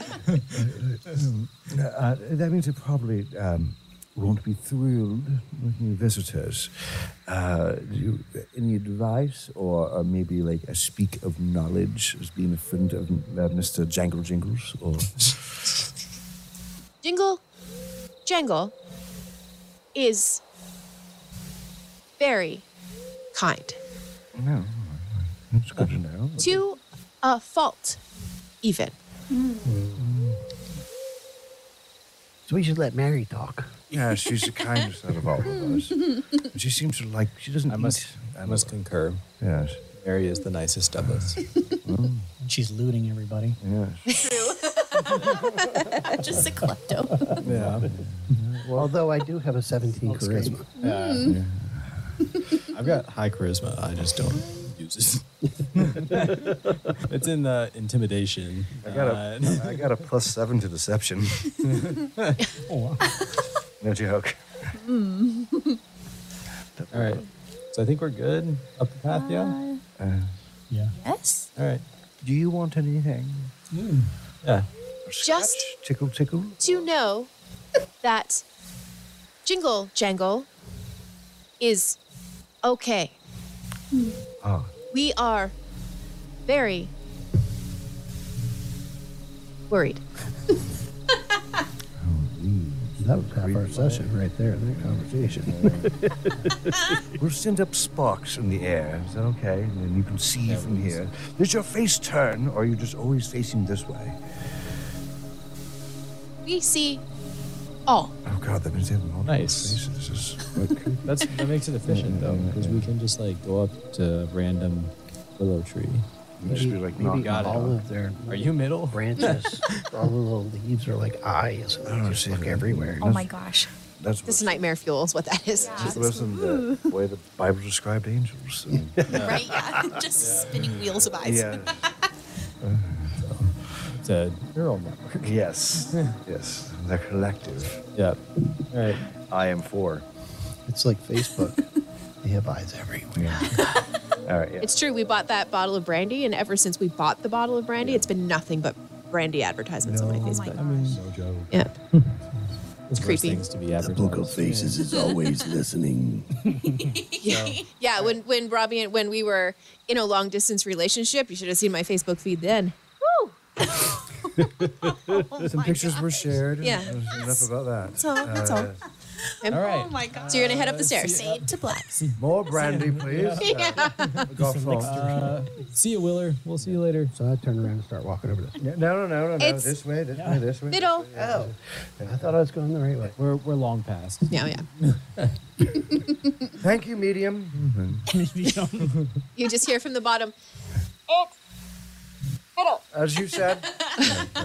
Uh, that means it probably um, won't be thrilled with new visitors. uh, do you, any advice, or, or maybe like a speak of knowledge as being a friend of uh, Mr. Jangle Jingles, or Jingle Jangle is very kind. no? It's good to know. To a fault, even. So we should let Mary talk. Yeah, she's the kindest out of all of us. And She seems to like. She doesn't. I must Eat. I must concur. Yes. Mary is the nicest of us. And she's looting everybody. Yes. Just a klepto. yeah. Although Oh, I do have a 17 excuse charisma. Mm-hmm. I've got high charisma. I just don't use it. it's in the intimidation. Uh, I got a. I got a plus seven to deception. Oh, wow. No joke. all right. So I think we're good up the path. yeah. yeah. yes. All right. Uh, Do you want anything? Yeah. Just Tickle, tickle. to know that Jingle Jangle is okay. Ah. We are very worried. That was half our session right there, that conversation. We'll send up sparks in the air. Is that okay? And then you can see from here. Does your face turn, or are you just always facing this way? We see all. Oh God, that means they have an Nice. faces. This is quite creepy. That's that makes it efficient though, because we can just like go up to a random willow tree. It'd just be like Maybe knock. got it. all of their Are you middle? branches, all the little leaves are like eyes, and don't they just see look that. everywhere. Oh my gosh. That's This what. is nightmare fuel is what that is. That's the way the Bible described angels. And, Right? Yeah. Just spinning wheels of eyes. yeah. It's a neural network. Yes. Yes. They're collective. Yeah. All right. I am four. It's like Facebook. they have eyes everywhere. Yeah. All right. Yeah. It's true. We bought that bottle of brandy, and ever since we bought the bottle of brandy, it's been nothing but brandy advertisements on my Oh my Facebook. gosh. No joke. yeah. It's creepy. Things to be The Book of Faces is always listening. Yeah, when when Robbie and when we were in a long distance relationship, you should have seen my Facebook feed then. Woo! Oh Some pictures were shared. and Yeah. that was Enough about that. That's all. That's all. All Oh right. Uh, my god. Uh, So you're gonna head up the stairs. Fade to black. More brandy, please. Yeah. Uh, golf ball. Uh, see you, Willer. We'll see you later. So I turn around and start walking over there. Yeah, no, no, no, no, no. It's- This way, this way, this way. Middle. Oh. I thought I was going the right way. We're, we're long past. Yeah, yeah. Thank you, medium. You just hear from the bottom. As you said.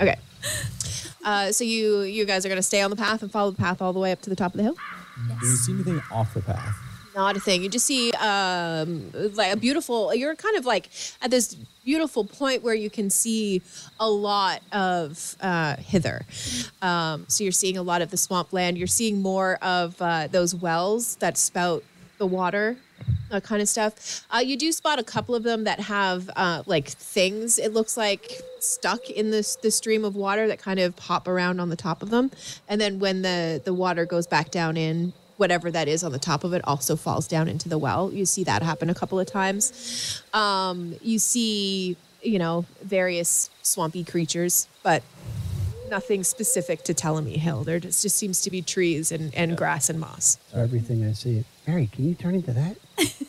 Okay. Uh, so you you guys are gonna stay on the path and follow the path all the way up to the top of the hill. Do you see anything off the path? Not a thing. You just see um, like a beautiful. You're kind of like at this beautiful point where you can see a lot of uh, hither. Um, so you're seeing a lot of the swampland. You're seeing more of uh, those wells that spout the water, that kind of stuff. Uh, you do spot a couple of them that have uh, like things. It looks like stuck in this the stream of water that kind of pop around on the top of them, and then when the the water goes back down in whatever that is on the top of it also falls down into the well. You see that happen a couple of times. Um, you see, you know, various swampy creatures, but nothing specific to Telemy Hill. There just, just seems to be trees and, and grass and moss. So everything I see, Mary, can you turn into that?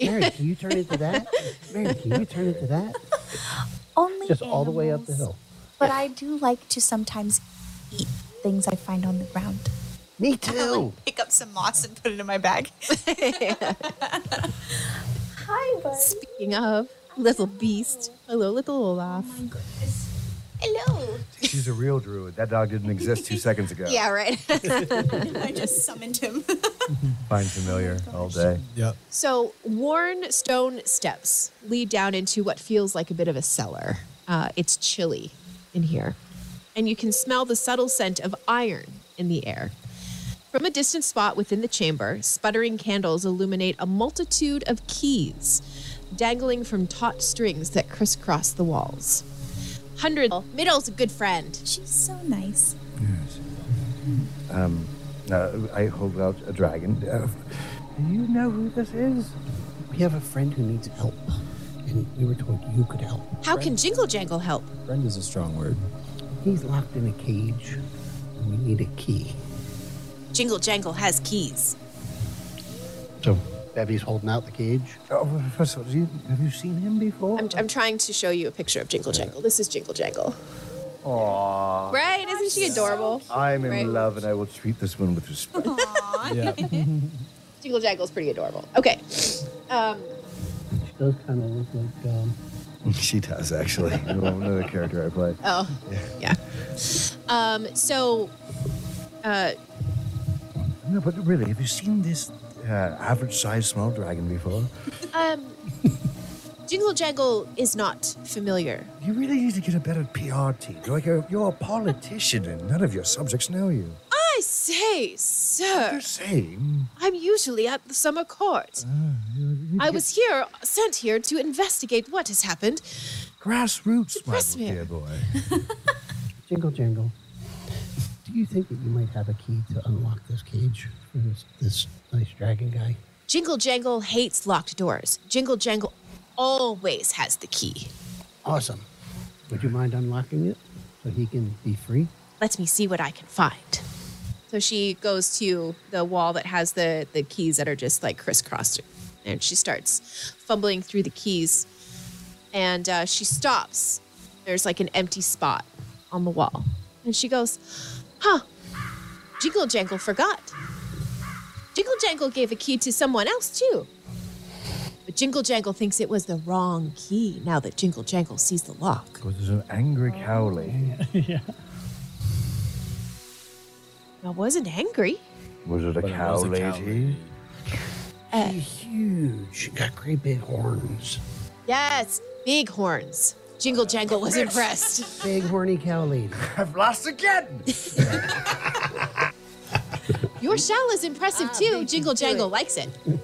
Mary, can you turn into that? Mary, can you turn into that? Only Just all the way up the animals. hill. But I do like to sometimes eat things I find on the ground. Me too. Pick up some moss and put it in my bag. Hi, bud. Speaking of little beast, hello, little Olaf. Hello. She's a real druid. That dog didn't exist two seconds ago. Yeah, right. I just summoned him. Fine familiar all day. Yep. So, worn stone steps lead down into what feels like a bit of a cellar. Uh, it's chilly in here, and you can smell the subtle scent of iron in the air. From a distant spot within the chamber, sputtering candles illuminate a multitude of keys dangling from taut strings that crisscross the walls. Hundreds. Middle's a good friend. She's so nice. Uh, I hold out a dragon. Uh, do you know who this is? We have a friend who needs help, and we were told you could help. How can Jingle Jangle help? Friend is a strong word. He's locked in a cage, and we need a key. Jingle Jangle has keys. So Bevvy's holding out the cage. Oh, well, first of all, do you, have you seen him before? I'm, I'm trying to show you a picture of Jingle Jangle. This is Jingle Jangle. Aw, Right? Isn't she adorable? I'm in Right. love and I will treat this one with respect. Yeah. Jingle Jaggle's pretty adorable. Okay. Um, She does kind of look like um, she does, actually. Another character I play. oh, yeah. Um, so, uh, No, but really, have you seen this uh, average sized small dragon before? um, Jingle Jangle is not familiar. You really need to get a better PR team. You're like a, you're a politician and none of your subjects know you. I say, sir, You're saying I'm usually at the summer court. I was here, sent here to investigate what has happened. grassroots, my Impress me. dear boy. Jingle Jangle. Do you think that you might have a key to unlock this cage for this, this nice dragon guy? Jingle Jangle hates locked doors. Jingle Jangle always has the key. Awesome. Would you mind unlocking it so he can be free? let me see what I can find. So she goes to the wall that has the, the keys that are just like crisscrossed, and she starts fumbling through the keys, and uh, she stops. There's like an empty spot on the wall, and she goes, "Huh? Jingle Jangle forgot. Jingle Jangle gave a key to someone else too." But Jingle Jangle thinks it was the wrong key now that Jingle Jangle sees the lock. Because there's an angry cow lady. I wasn't angry. Was it a But it cow was a lady? cow lady. She's huge. She got great big horns. Yes, big horns. Jingle Jangle was impressed. Big horny cow lady. I've lost again! Your shell is impressive too. Jingle Jangle likes it. you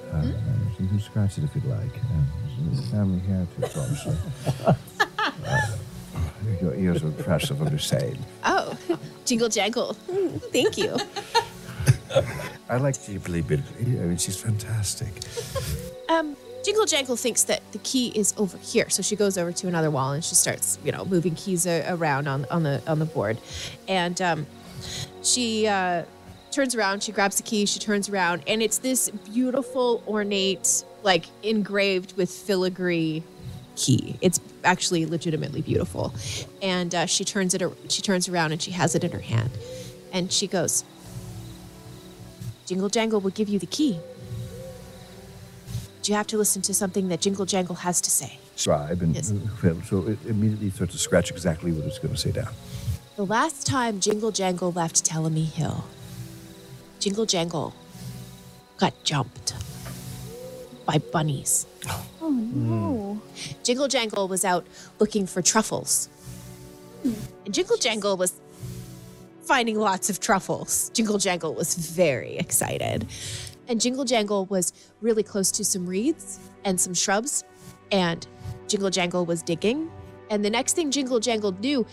can scratch it if you'd like. Uh, there's a family here to talk, so. Uh, Your ears are impressive, I'm just saying. Oh, jingle jangle. Mm, Thank you. I like deeply, but I mean, she's fantastic. Um, Jingle Jangle thinks that the key is over here, so she goes over to another wall and she starts, you know, moving keys a- around on, on the on the board, and um, she uh, turns around, she grabs the key, she turns around, and it's this beautiful, ornate, like engraved with filigree key. It's actually legitimately beautiful, and uh, she turns it, ar- she turns around and she has it in her hand, and she goes, "Jingle Jangle will give you the key." you have to listen to something that Jingle Jangle has to say. Scribe and Yes. well, so it immediately starts to scratch exactly what it's going to say down. The last time Jingle Jangle left Tellamy Hill, Jingle Jangle got jumped by bunnies. Oh no. Jingle Jangle was out looking for truffles. And Jingle Jangle was finding lots of truffles. Jingle Jangle was very excited. And Jingle Jangle was really close to some reeds and some shrubs. And Jingle Jangle was digging. And the next thing Jingle Jangle knew,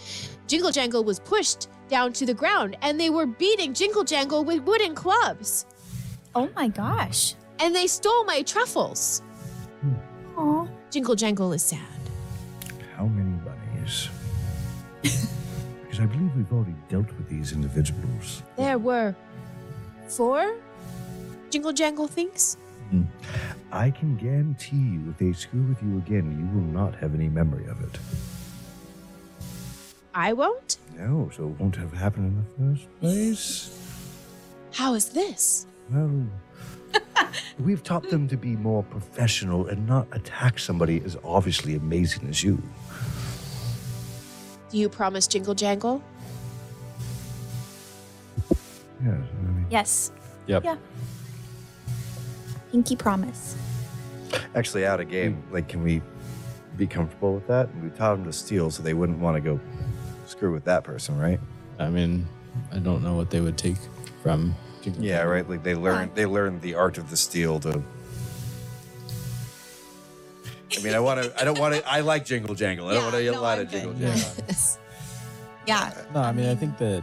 Jingle Jangle was pushed down to the ground and they were beating Jingle Jangle with wooden clubs. Oh my gosh. And they stole my truffles. Aw. Jingle Jangle is sad. How many bunnies? because I believe we've already dealt with these individuals. There were four Jingle Jangle things. I can guarantee you, if they screw with you again, you will not have any memory of it. I won't? No, so it won't have happened in the first place. How is this? Well, we've taught them to be more professional and not attack somebody as obviously amazing as you. Do you promise Jingle Jangle? Yes, uh, I mean, Yes. Yep. Yeah. Pinky promise. actually, out of game, like, can we be comfortable with that? We taught them to steal, so they wouldn't want to go screw with that person, right? I mean, I don't know what they would take from. Jingle Yeah, right. Like they learn they learn the art of the steal to. I mean, I want to. I don't want to. I like jingle jangle. I don't Yeah, want to yell no, out I'm at jingle good. jangle. Yeah. No, I mean, I think that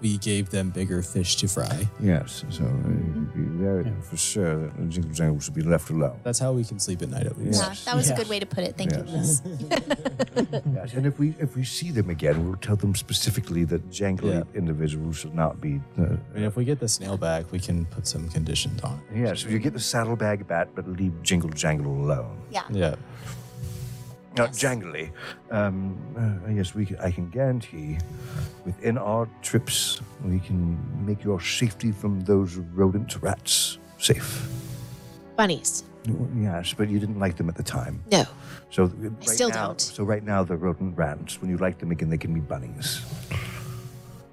we gave them bigger fish to fry. Yes, so uh, you'd be very- for sure that jingle jangle should be left alone. That's how we can sleep at night, at least. Yeah, that was Yeah. a good way to put it. Thank you, Liz. Yes, and if we if we see them again, we'll tell them specifically that jangly Yeah. individuals should not be. Uh, I mean, if we get the snail back, we can put some conditions on it. yeah, so you get the saddlebag bat, but leave jingle jangle alone. Yeah. Yeah. Not jangly. Um, uh, yes, we. Can, I can guarantee, within our trips, we can make your safety from those rodent rats safe. Bunnies. Yes, but you didn't like them at the time, No. so uh, right still now, don't. So right now, they're rodent rats. When you like them again, they can be bunnies.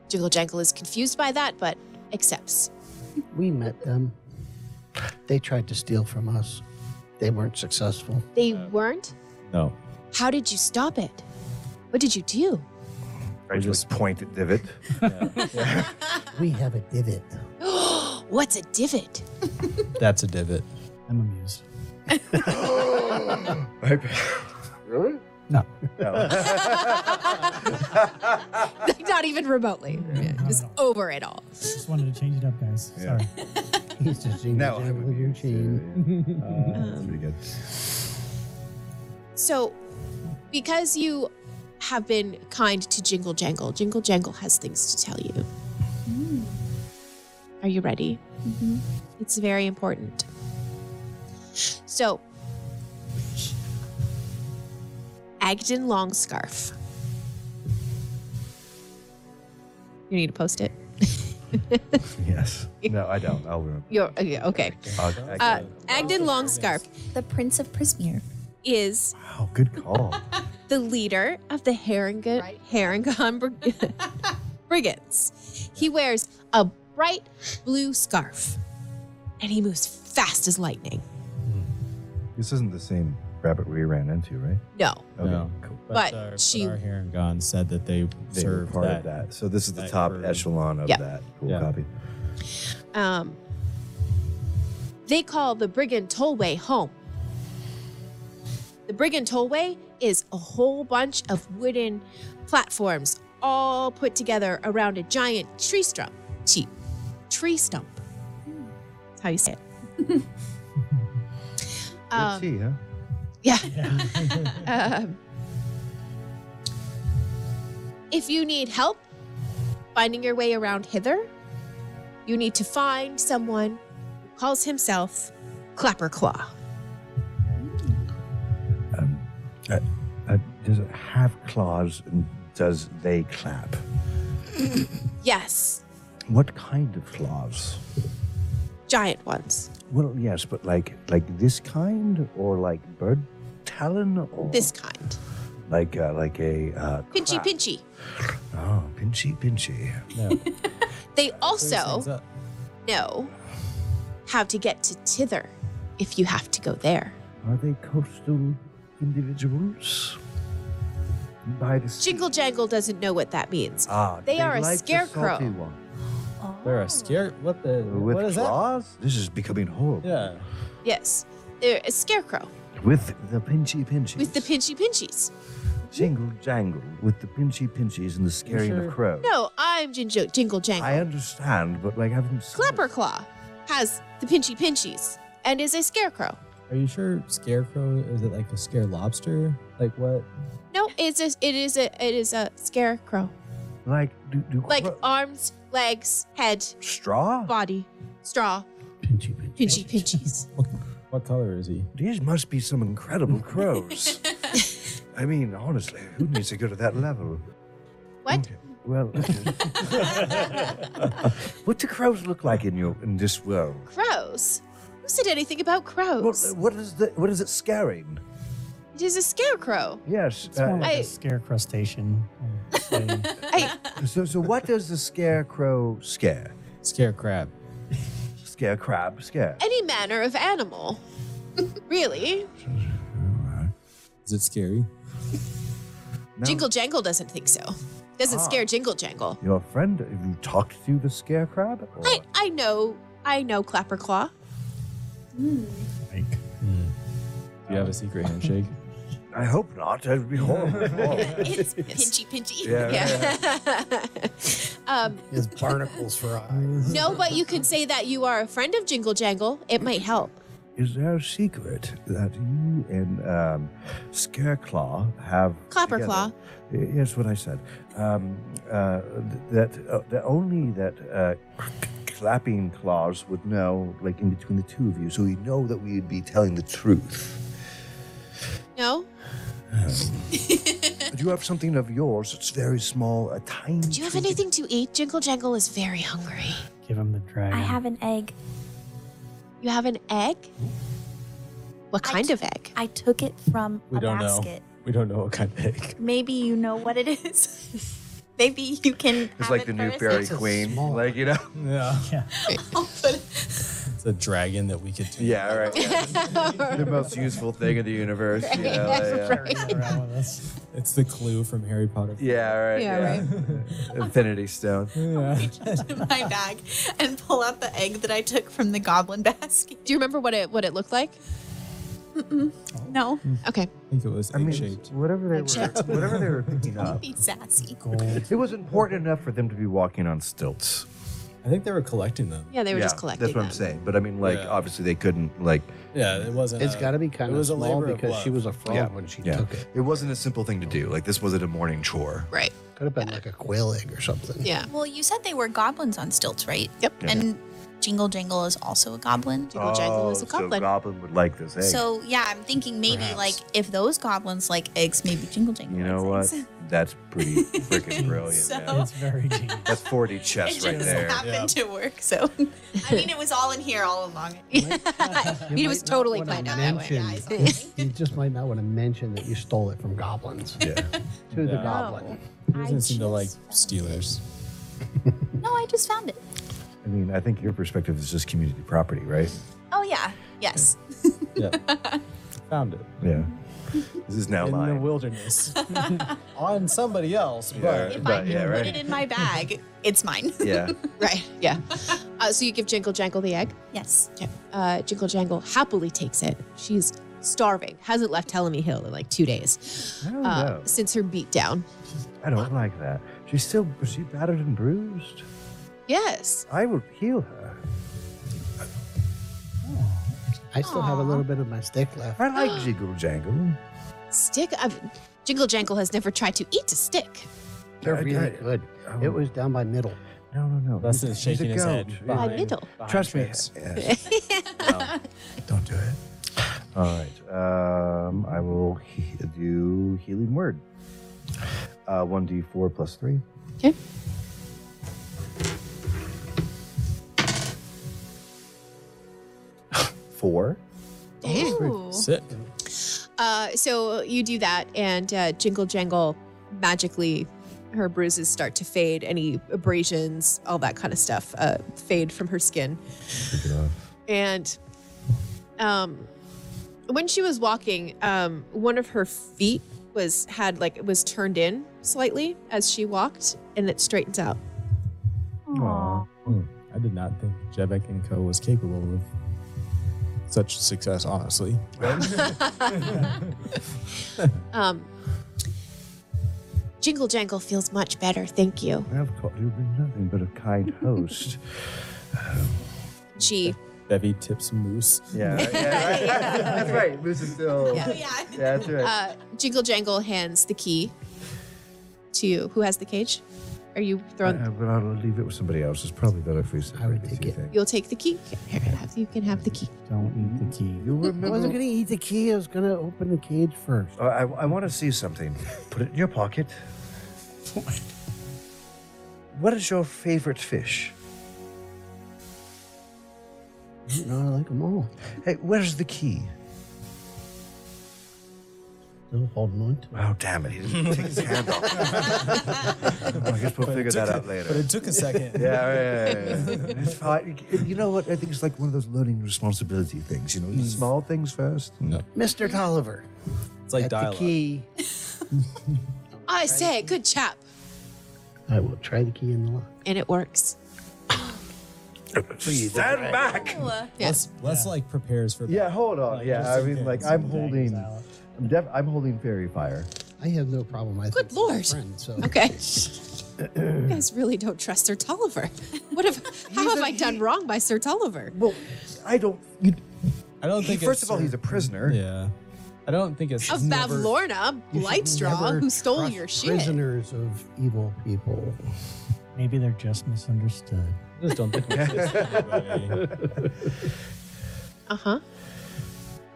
Jingle Jangle is confused by that, but accepts. We met them. They tried to steal from us. They weren't successful. They weren't? No. How did you stop it? What did you do? I just point at divot. We have a divot. What's a divot? That's a divot. I'm amused. really? No. Not even remotely. Yeah, just over it all. Just wanted to change it up, guys. Sorry. He's just jingle No, I jangle would- your chain. That's pretty good. So, because you have been kind to Jingle Jangle, Jingle Jangle has things to tell you. Mm. Are you ready? Mm-hmm. It's very important. So, Agden Longscarf. You need to post it. Yes. No, I don't. I'll remember. You're okay. okay. I'll, Uh, Agden Longscarf The Prince of Prismere. is wow, Oh, good call. the leader of the Harangon, Harangon Brig- Brigands. He wears a bright blue scarf and he moves fast as lightning. this isn't the same rabbit we ran into, right? No, Okay, No. cool. But our, she- our Harangon said that they, They were served part that. of that. So this is the that top group. echelon of Yeah. that. Cool Yeah. copy. um, they call the brigand tollway home. The Brigand Tollway is a whole bunch of wooden platforms all put together around a giant tree stump. Cheap. Tree stump. That's how you say it. Um, Tea, huh? yeah. Um, if you need help finding your way around hither, you need to find someone who calls himself Clapperclaw. Uh, does it have claws and does they clap? Yes, What kind of claws? giant ones. Well, yes, but like like this kind or like bird talon or This kind. like uh, like a uh, Pinchy, pinchy. oh pinchy pinchy. They Things also up. know how to get to Tither if you have to go there. Are they coastal individuals? By the sea? Jingle Jangle doesn't know what that Uh, means. Ah, They are a like the scarecrow. salty one. They're a scare. What the? With what is claws? This is becoming horrible. that? Yes, they're a scarecrow With the pinchy pinchies. with the pinchy pinchies. jingle jangle. With the pinchy pinchies and the scaring sure? of crows. No, I'm Jinjo- Jingle Jangle. I understand, but like I've Clapperclaw has the pinchy pinchies and is a scarecrow. Yeah. Are you sure scarecrow? Is it like a scare lobster? Like what? No, it's a, it is a it is a scarecrow. like do, do Like uh, cro- arms, legs, head, straw. body, straw, Pinchy, pinchy. pinchy pinchies. What color is he? These must be some incredible crows. I mean, honestly, who needs to go to that level? What? Well, what do crows look like in your in this world? Crows? Who said anything about What, crows? what is the what is it scaring? It is a scarecrow. Yes. It's more Uh, like I- a scare crustacean. I would say. I so so what does the scarecrow scare? Scare crab. Scare crab scare. any manner of animal. really? Is it scary? No? Jingle Jangle doesn't think so. Doesn't scare Jingle Jangle. Your friend, have you talked to the scare crab? Or- I I know I know Clapperclaw. Do Like, you have a secret handshake? I hope not. That'd be horrible. It's pinchy pinchy. Yeah. Yeah. um, He has barnacles for eyes. no, but you could say that you are a friend of Jingle Jangle. It might help. Is there a secret that you and um, Scareclaw have? Clapperclaw. together? Y- Yes, what I said. Um, uh, th- that uh, that only that uh, clapping claws would know, like in between the two of you, so we know that we'd be telling the truth. No? Do you have something of yours that's very small, a tiny? Uh. Do you have anything to eat? Jingle Jangle is very hungry. give him the dragon. I have an egg. You have an egg? What kind of egg? I took it from We a don't basket. know. We don't know what kind of egg. Maybe you know what it is. Maybe you can. It's have like it the new first. Fairy It's a Queen, small- like you know. Yeah. I'll put it- It's a dragon that we could. Take. Yeah, right. the most useful thing in the universe. You know, yeah. around with us. It's the clue from Harry Potter. Yeah, right. Yeah, Infinity Stone. reach into my bag and pull out the egg that I took from the goblin basket. Do you remember what it what it looked like? No, Okay. I think it was egg I mean, shaped. whatever they were, whatever they were picking up, be sassy. it was important enough for them to be walking on stilts. I think they were collecting them. Yeah, they were just collecting that's what I'm them. saying. But I mean, like, Yeah. obviously they couldn't like. Yeah, it wasn't. uh, It's a- got to be kind it of was a small labor of because she love. was a frog when she yeah. took it. It wasn't a simple thing to do. Like this wasn't a morning chore. Right. Could have been like a quail egg or something. Yeah. Well, you said they were goblins on stilts, right? Yep. And Jingle Jangle is also a goblin. Jingle Jangle is a Oh, so goblin. Goblin would like this egg. So yeah, I'm thinking maybe Perhaps. like if those goblins like eggs, maybe Jingle Jangle. you know likes what? eggs. That's pretty freaking brilliant. So- man. It's very genius. That's 40 chess It right just there. happened to work. So I mean, it was all in here all along. It was totally planned planned out that way. guys. Mention, you just might not want to mention that you stole it from goblins. Yeah. To the No. goblin. It doesn't seem to like Steelers. No, I just found it. I mean, I think your perspective is just community property, right? Oh yeah, yes. Yeah. Found it. Yeah. This is now in the mine. wilderness on somebody else, Yeah. but If I But, can yeah, put right. it in my bag, it's mine. yeah. Right. Yeah. Uh, so you give Jingle Jangle the egg. Yes. Uh, Jingle Jangle happily takes it. She's starving, hasn't left Telemy Hill in like two days Oh, I don't uh, know. since her beatdown. I don't like that. She's still was she battered and bruised? Yes. I will heal her. I still have a little bit of my stick left. I like jiggle jangle. Stick. I've, Jingle Jangle has never tried to eat a stick. They're I- really I- good. I It would- was down by middle. no, no, no. That's He's a- the he's a shaking his head. goat. behind- Yeah. middle. behind Trust me. tricks. yes. Don't do it. All right. Um, I will he- do healing word. Uh, 1d4 plus 3. Okay. Four. Ooh. Sick. Uh, so you do that, and uh, Jingle Jangle magically, her bruises start to fade, any abrasions, all that kind of stuff, uh, fade from her skin. And um, when she was walking, um, one of her feet was had like was turned in slightly as she walked, and it straightens out. Aw. Hmm. I did not think Jebek and Co. was capable of such success, honestly. Um, Jingle Jangle feels much better, thank you. I've taught you been nothing but a kind host. She Bevy tips Moose. yeah, That's right. Moose is still. Yeah, that's right. uh, Jingle Jangle hands the key to who has the cage? Are you throwing? Uh, but I'll leave it with somebody else. It's probably better if we Um, I separate would the take two it. things. You'll take the key. Here, have- you can have the key. Don't eat the key. You I remember? wasn't gonna eat the key. I was gonna open the cage first. Uh, I, want to see something. Put it in your pocket. What is your favorite fish? No, I like them all. Hey, where's the key? Still holding on to it. Oh, damn it. He didn't take his hand off. Well, I guess we'll figure that out But later. it took a second. Yeah, yeah, yeah, yeah. It's fine. You know what? I think it's like one of those learning responsibility things. You know, small things first. No. Mr. Tolliver. It's like at the dialogue. key. I say, good chap, I will try the key in the lock. and it works. Stand back. Less, less like prepares for Yeah, hold on. Like, yeah, just I in mean, case like I'm something holding, I'm, def- I'm holding fairy fire. I have no problem. I Good think we're lord. friends, so. Okay. you guys really don't trust Sir Tolliver. What have? How have I done wrong by Sir Tolliver? Well, I don't. You, I don't he- think. first it's of all, he's a prisoner. Yeah. I don't think it's Of never- Bavlorna, You should Blightstraw, never who stole trust your shit. Prisoners of evil people. Maybe they're just misunderstood. I just don't think we trust anybody. Uh huh.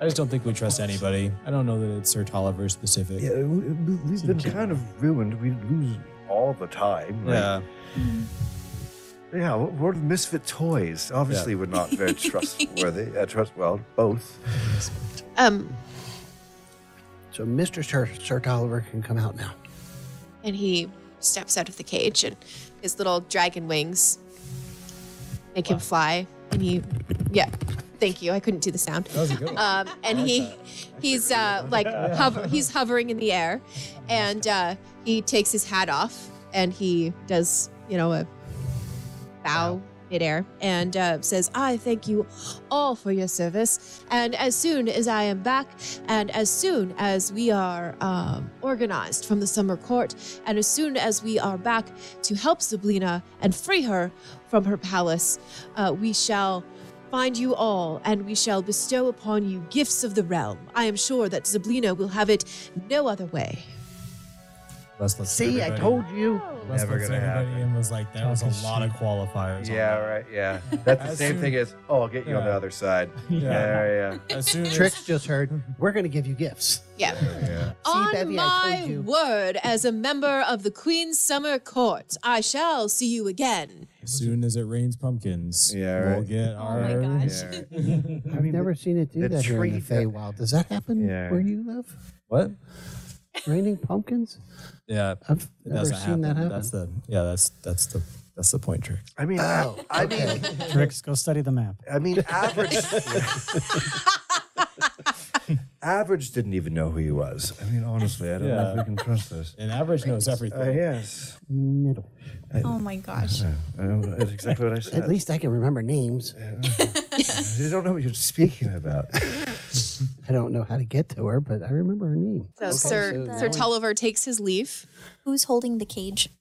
I just don't think we trust anybody. I don't know that it's Sir Tolliver specific. Yeah, we- we- we've been kind of ruined. We lose all the time. like- Yeah. Yeah, we're- we're misfit toys. Obviously, we're not very trustworthy. Uh, trust, well, both. Um, So Mr. Sir, Sir Tolliver can come out now. and he steps out of the cage, and his little dragon wings make him fly. And he, yeah, thank you. I couldn't do the sound. That was a good one. um, and he he's uh, like hover, he's hovering in the air, and uh, he takes his hat off and he does you know a bow midair and uh, says, "I thank you all for your service, and as soon as I am back, and as soon as we are um, organized from the summer court, and as soon as we are back to help Sablina and free her from her palace, uh, we shall." Find you all, and we shall bestow upon you gifts of the realm. I am sure that Zablina will have it no other way. Less lets See, I everybody- told you. Les Never lets gonna everybody happen. in was like, there was a Talking lot of qualifiers. on Yeah, that. right. Yeah, that's the As same soon- thing as oh, I'll get you on the Yeah. other side. Yeah, Yeah. yeah. As soon as Trix just heard, we're going to give you gifts. Yeah. yeah. On Bevy, I my told you. word, as a member of the Queen's Summer Court, I shall see you again. As soon as it rains pumpkins, Yeah, we'll right. get Oh my our. gosh. yeah. I've never seen it do the that here in tree the that- Feywild. Does that happen Yeah. where you live? What? Raining pumpkins? Yeah, I've it never doesn't seen happen. that happen. That's the yeah. That's that's the that's the point, Trix. I mean, I- Oh, I, mean, Tricks, go study the map. I mean, average. average didn't even know who he was. I mean, honestly, I don't know if we Yeah. can trust this. And average knows everything. Uh, yes, Middle. Oh my gosh. I know, that's exactly what I said. At least I can remember names. you don't know what you're speaking about. I don't know how to get to her, but I remember her name. So Sir so- Sir Tulliver takes his leave. Who's holding the cage?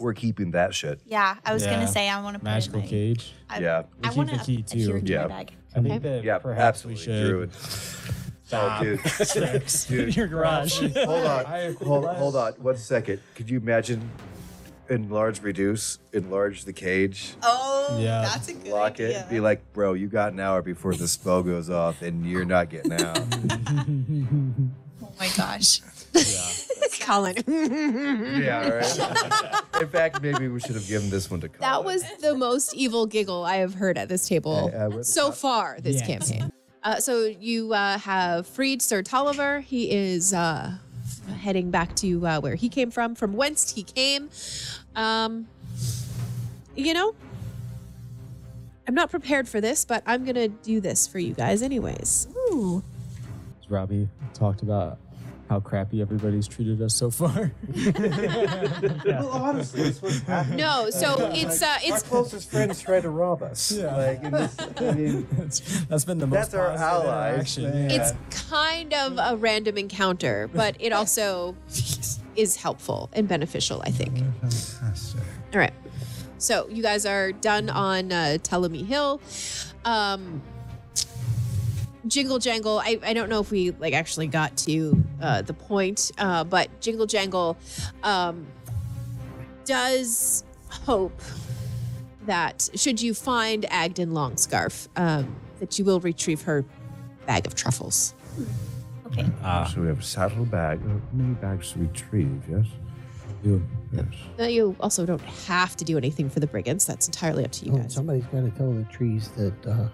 We're keeping that shit. Yeah, I was Yeah. gonna say I want to Magical put it in my, cage. I, Yeah. I keep want the key, to too. adhere to Yeah. my bag. I think that Yeah, perhaps we absolutely. should. Druid. Oh, dude. in your garage. Hold on. I- Hold, hold on. One second. Could you imagine enlarge, reduce, enlarge the cage, Oh, Yeah. that's a good lock it, idea. and be like, bro, you got an hour before the spell goes off, and you're not getting out. oh my gosh. Colin. yeah, right. In fact, maybe we should have given this one to Colin. That was the most evil giggle I have heard at this table Hey, uh, we're- so far this campaign. Uh, so you uh, have freed Sir Tolliver. He is uh, heading back to uh, where he came from, from whence he came. Um, you know, I'm not prepared for this, but I'm gonna do this for you guys, anyways. Ooh. Robbie talked about how crappy everybody's treated us so far. Well, honestly, this was happening. No, so it's uh, Our it's closest friends try to rob us. Like, and this, I mean, That's- that's been the most That's our positive allies, interaction, man. yeah. It's kind of a random encounter, but it also is helpful and beneficial, I think. Fantastic. All right. So you guys are done on uh, Tellamy Hill. Um, Jingle Jangle, I, I don't know if we like actually got to uh, the point, uh, but Jingle Jangle um, does hope that should you find Agden Longscarf, um, that you will retrieve her bag of truffles. Okay. so we have saddle bag, uh, many bags to retrieve. Yes. Yes. Now, you also don't have to do anything for the brigands. That's entirely up to you Oh, guys. somebody's got to tell the trees that uh,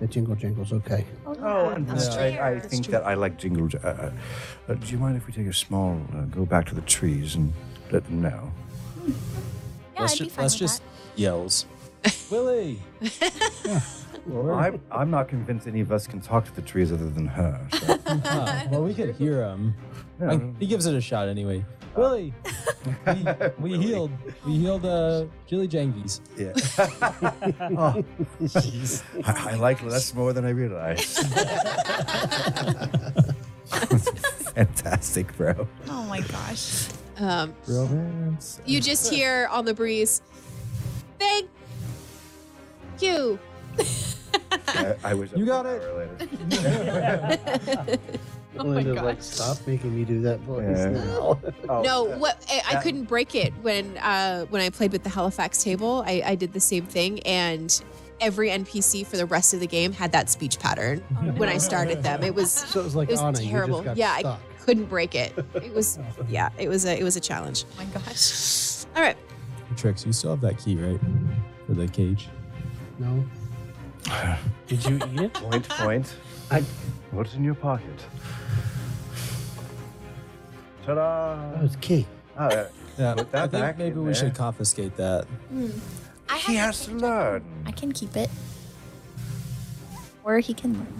the jingle jangle's okay. Oh, and That's I, true. I That's think true. that I like jingle. J- Uh, uh, uh, do you mind if we take a small uh, go back to the trees and let them know? Yeah, let's I'd ju- be fine let's with just that. yells. Willie. I'm, I'm not convinced any of us can talk to the trees other than her. So. Ah, well, we could hear him. Yeah. I- he gives it a shot anyway. Willie, we, we healed. We healed uh, Jilly Jangies. yeah. Oh, I, I like less more than I realized. Fantastic, bro. Oh my gosh. Um, Romance. you just hear on the breeze, thank you. I, I was. You got it. Oh my to, like stop making me do that voice Yeah. now. Oh, No, uh, what I, I that- couldn't break it when uh, when I played with the Halifax table. I, I did the same thing, and every NPC for the rest of the game had that speech pattern when I started them. It was Oh, so it was like it was Anna, terrible. you just got yeah, stuck. I couldn't break it. It was yeah, it was a it was a challenge. Oh my gosh. All right. Tricks, you still have that key, right? For the cage. No, Did you eat it? Point, point. I- What's in your pocket? that Ta-da! was key. Ah, yeah. Yeah, Put that I think back maybe in we there. should confiscate that. I He have has to learn. I can keep it. Or he can learn.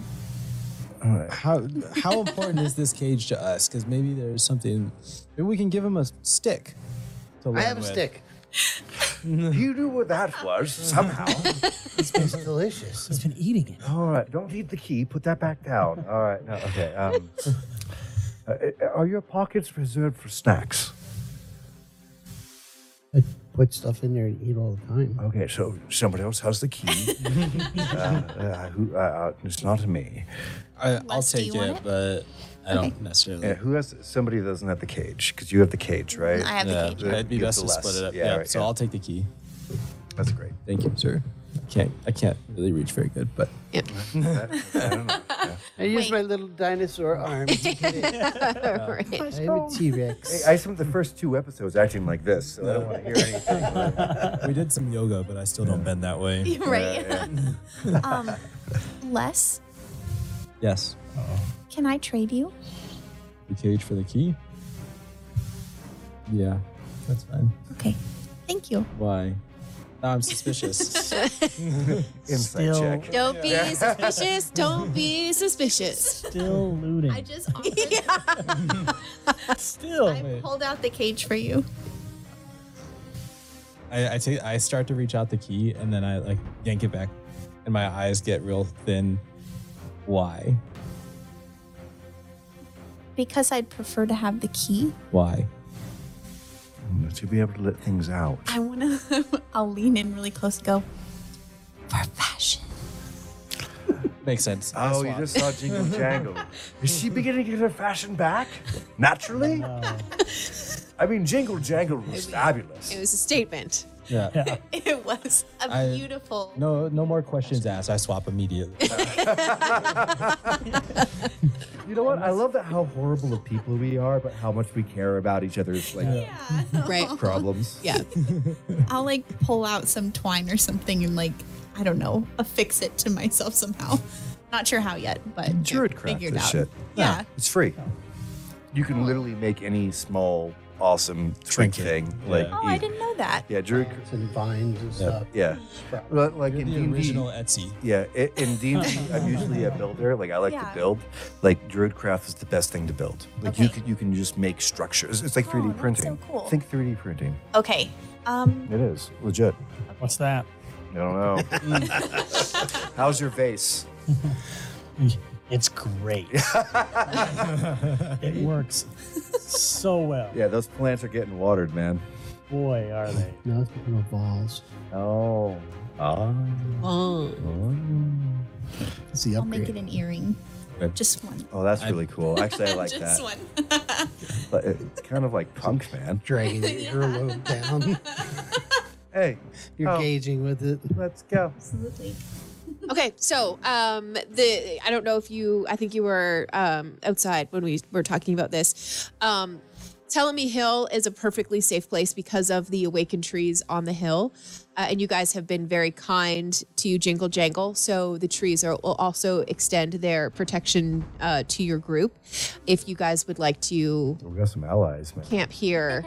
All right. How how important is this cage to us? Because maybe there's something. Maybe we can give him a stick. To I learn have a with. stick. You knew what that was somehow. It's delicious. He's been eating it. All right. Don't leave the key. Put that back down. All right. No. Okay. Um, uh, are your pockets reserved for snacks? I put stuff in there and eat all the time. Okay. So somebody else has the key. uh, uh, who, uh, uh, it's not me. I, I'll Wes, do take you want it, it? but I don't necessarily. Yeah, who has somebody that doesn't have the cage? Because you have the cage, right? I have Yeah, the cage. it'd be Give best the to less. split it up. Yeah, Yeah, right, so yeah. I'll take the key. That's great. Thank you, sir. Can't I can't really reach very good, but I don't know. Yeah. I used my little dinosaur arm. to get it. All right. I am a T Rex. I spent the first two episodes acting like this, so I don't want to hear anything. we did some yoga, but I still don't bend that way. You're right. um, Les, Yes. can I trade you? The cage for the key? Yeah, that's fine. Okay. Thank you. Why? Now I'm suspicious. Insight Still- check. Don't be suspicious. Don't be suspicious. Still looting. I just offered. Still. I pulled out the cage for you. I, I take I start to reach out the key and then I like yank it back and my eyes get real thin. Why? Because I'd prefer to have the key. Why? Mm, To be able to let things out. I want to. I'll lean in really close and go. For fashion. Makes sense. Oh, you Swap. just saw Jingle Jangle. Is she beginning to get her fashion back? Naturally? I mean, Jingle Jangle was fabulous. It was a statement. Um, Yeah. It was a I- beautiful. No, no more questions asked. I swap immediately. You know what? I love that how horrible of people we are, but how much we care about each other's like Right. problems. Yeah. I'll like pull out some twine or something and like I don't know, affix it to myself somehow. Not sure how yet, but Druid craft figured this out. shit. Yeah. It's free. You can literally make any small, awesome trick Trinket. thing. Like, Oh, I you- didn't know that. yeah, Druid. and vines and stuff. Yeah, But, like You're in the D&D, original Etsy. Yeah, i- in D and I'm usually a builder. Like I like Yeah. to build. Like Druidcraft is the best thing to build. Like you Okay. Oh, can you can just make structures. It's like 3D that's so printing. cool. Think 3D printing. Okay. Um It is legit. What's that? I don't know. How's your vase? It's great. it works so well. Yeah, those plants are getting watered, man. Boy, are they. Now it's become a balls. Oh. Ah. Oh. It's the I'll make it upgrade. an earring. Okay. Just one. Oh, that's I- really cool. Actually, I like Just that. one. But it- it's kind of like punk, man. Dragging your earlobe down. Hey, You're Oh. gauging with it. let's go. Absolutely. Okay, so um, the I don't know if you I think you were um, outside when we were talking about this. Um, Telemy Hill is a perfectly safe place because of the awakened trees on the hill, uh, and you guys have been very kind to Jingle Jangle. So the trees are, will also extend their protection uh, to your group if you guys would like to We got some allies, man. camp here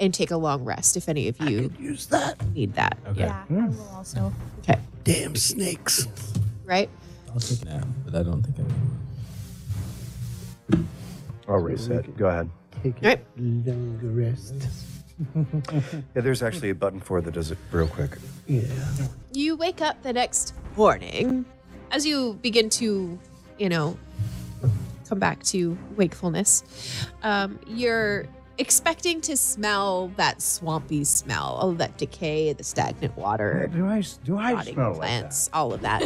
and take a long rest. If any of you Use that. need that, Okay. Yeah, I will also. Mm. Damn snakes. right? I'll take that, but I don't think I will. I'll raise it. Go ahead. Take Right. a longer rest. Yeah, there's actually a button for that does it real quick. Yeah. You wake up the next morning as you begin to, you know, come back to wakefulness. Um, you're expecting to smell that swampy smell, all of that decay, the stagnant water, Do I do I rotting smell like that? plants, all of that.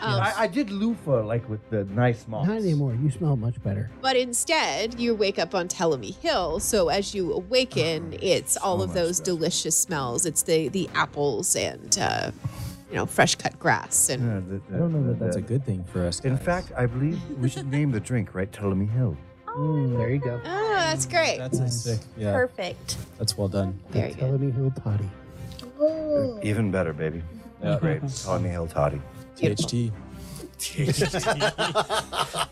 um, I, I did loofah like with the nice moss. Not anymore. You smell much better. but instead, you wake up on Telemy Hill. So as you awaken, it's all Oh, so of much those better. delicious smells. It's the the apples and uh, you know fresh cut grass and Yeah, the- I don't know the- that that's the- a good thing for us. In guys. fact, I believe we should name the drink, right? Ptolemy Hill. There you go. oh, that's great. that's a sick. Yeah, Perfect. that's well done. Very good. Telling me he'll potty. Oh. Even better, baby. Yeah. Great. Ptolemy Hill Toddy. THT.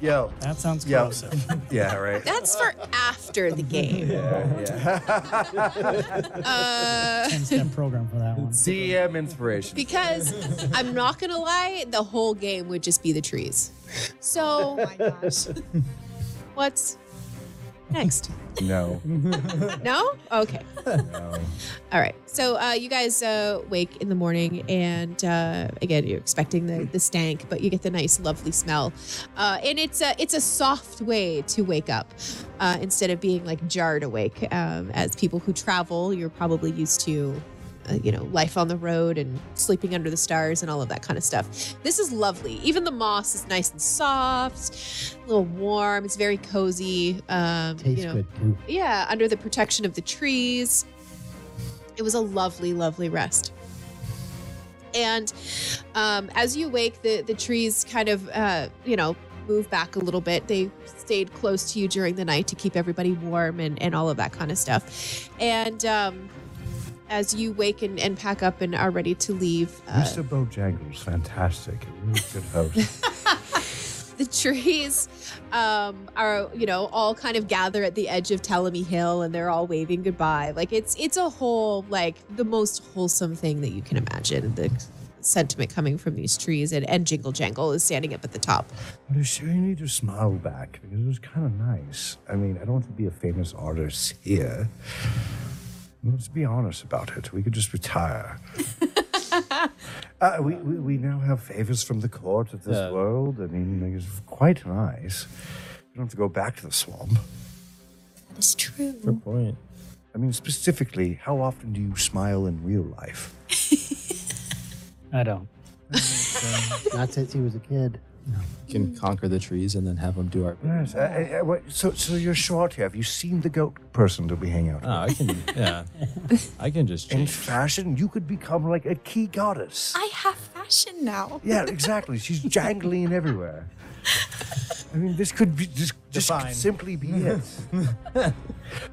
Yo. That sounds Yeah. gross. Yeah, right. That's for after the game. Yeah, Uh, 10 step program for that one. DM E inspiration. because I'm not going to lie, the whole game would just be the trees. Oh So, my gosh. what's next? No. No? Okay. No. All right. So, uh, you guys uh, wake in the morning, and uh, again, you're expecting the, the stank, but you get the nice, lovely smell. Uh, and it's a, it's a soft way to wake up uh, instead of being like jarred awake. Um, as people who travel, you're probably used to uh, you know, life on the road and sleeping under the stars and all of that kind of stuff. This is lovely. Even the moss is nice and soft, a little warm. It's very cozy. Um, Tastes you know, good too. Yeah, under the protection of the trees. It was a lovely, lovely rest. And um, as you wake, the the trees kind of uh, you know move back a little bit. They stayed close to you during the night to keep everybody warm and and all of that kind of stuff. And um, as you wake and, and pack up and are ready to leave, uh, Mr. Bojangles, fantastic. A really good host. the trees um, are you know all kind of gather at the edge of Telemy Hill and they're all waving goodbye. Like it's it's a whole like the most wholesome thing that you can imagine. The sentiment coming from these trees and, and Jingle Jangle is standing up at the top. But I'm sure you need to smile back because it was kind of nice. I mean, I don't want to be a famous artist here. Let's be honest about it. We could just retire. Uh, we, we, we now have favors from the court of this Yeah. world. I mean, it's quite nice. You don't have to go back to the swamp. That is true. Good point. I mean, specifically, how often do you smile in real life? I don't. Not since he was a kid. We can conquer the trees and then have them do our. Yes. Uh, uh, uh, what- so, so you're short here. Have you seen the goat person that we hang out with? Oh, I can. Yeah, I can just In change. fashion, you could become like a key goddess. I have fashion now. Yeah, exactly. She's jangling everywhere. I mean, this could be this, this could Define. simply be it.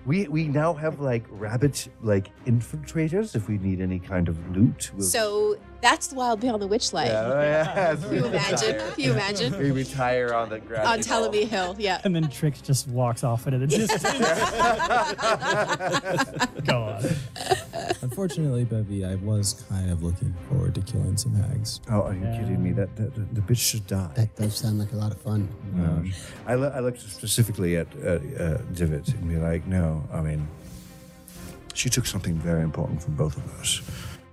we we now have like rabbit like infiltrators. If we need any kind of loot, we'll So that's the Wild Beyond the Witchlight. yeah. Can you imagine? Can you imagine? We retire on the ground. On Telemy Hill, yeah. And then Trix just walks off into the distance. Go on. Unfortunately, Bevy, I was kind of looking forward to killing some hags. Oh, are you kidding me? That, that, that- the bitch should die. That does sound like a lot of fun. Um, I, lo- I looked specifically at, at uh, Divot and be like, no, I mean, she took something very important from both of us.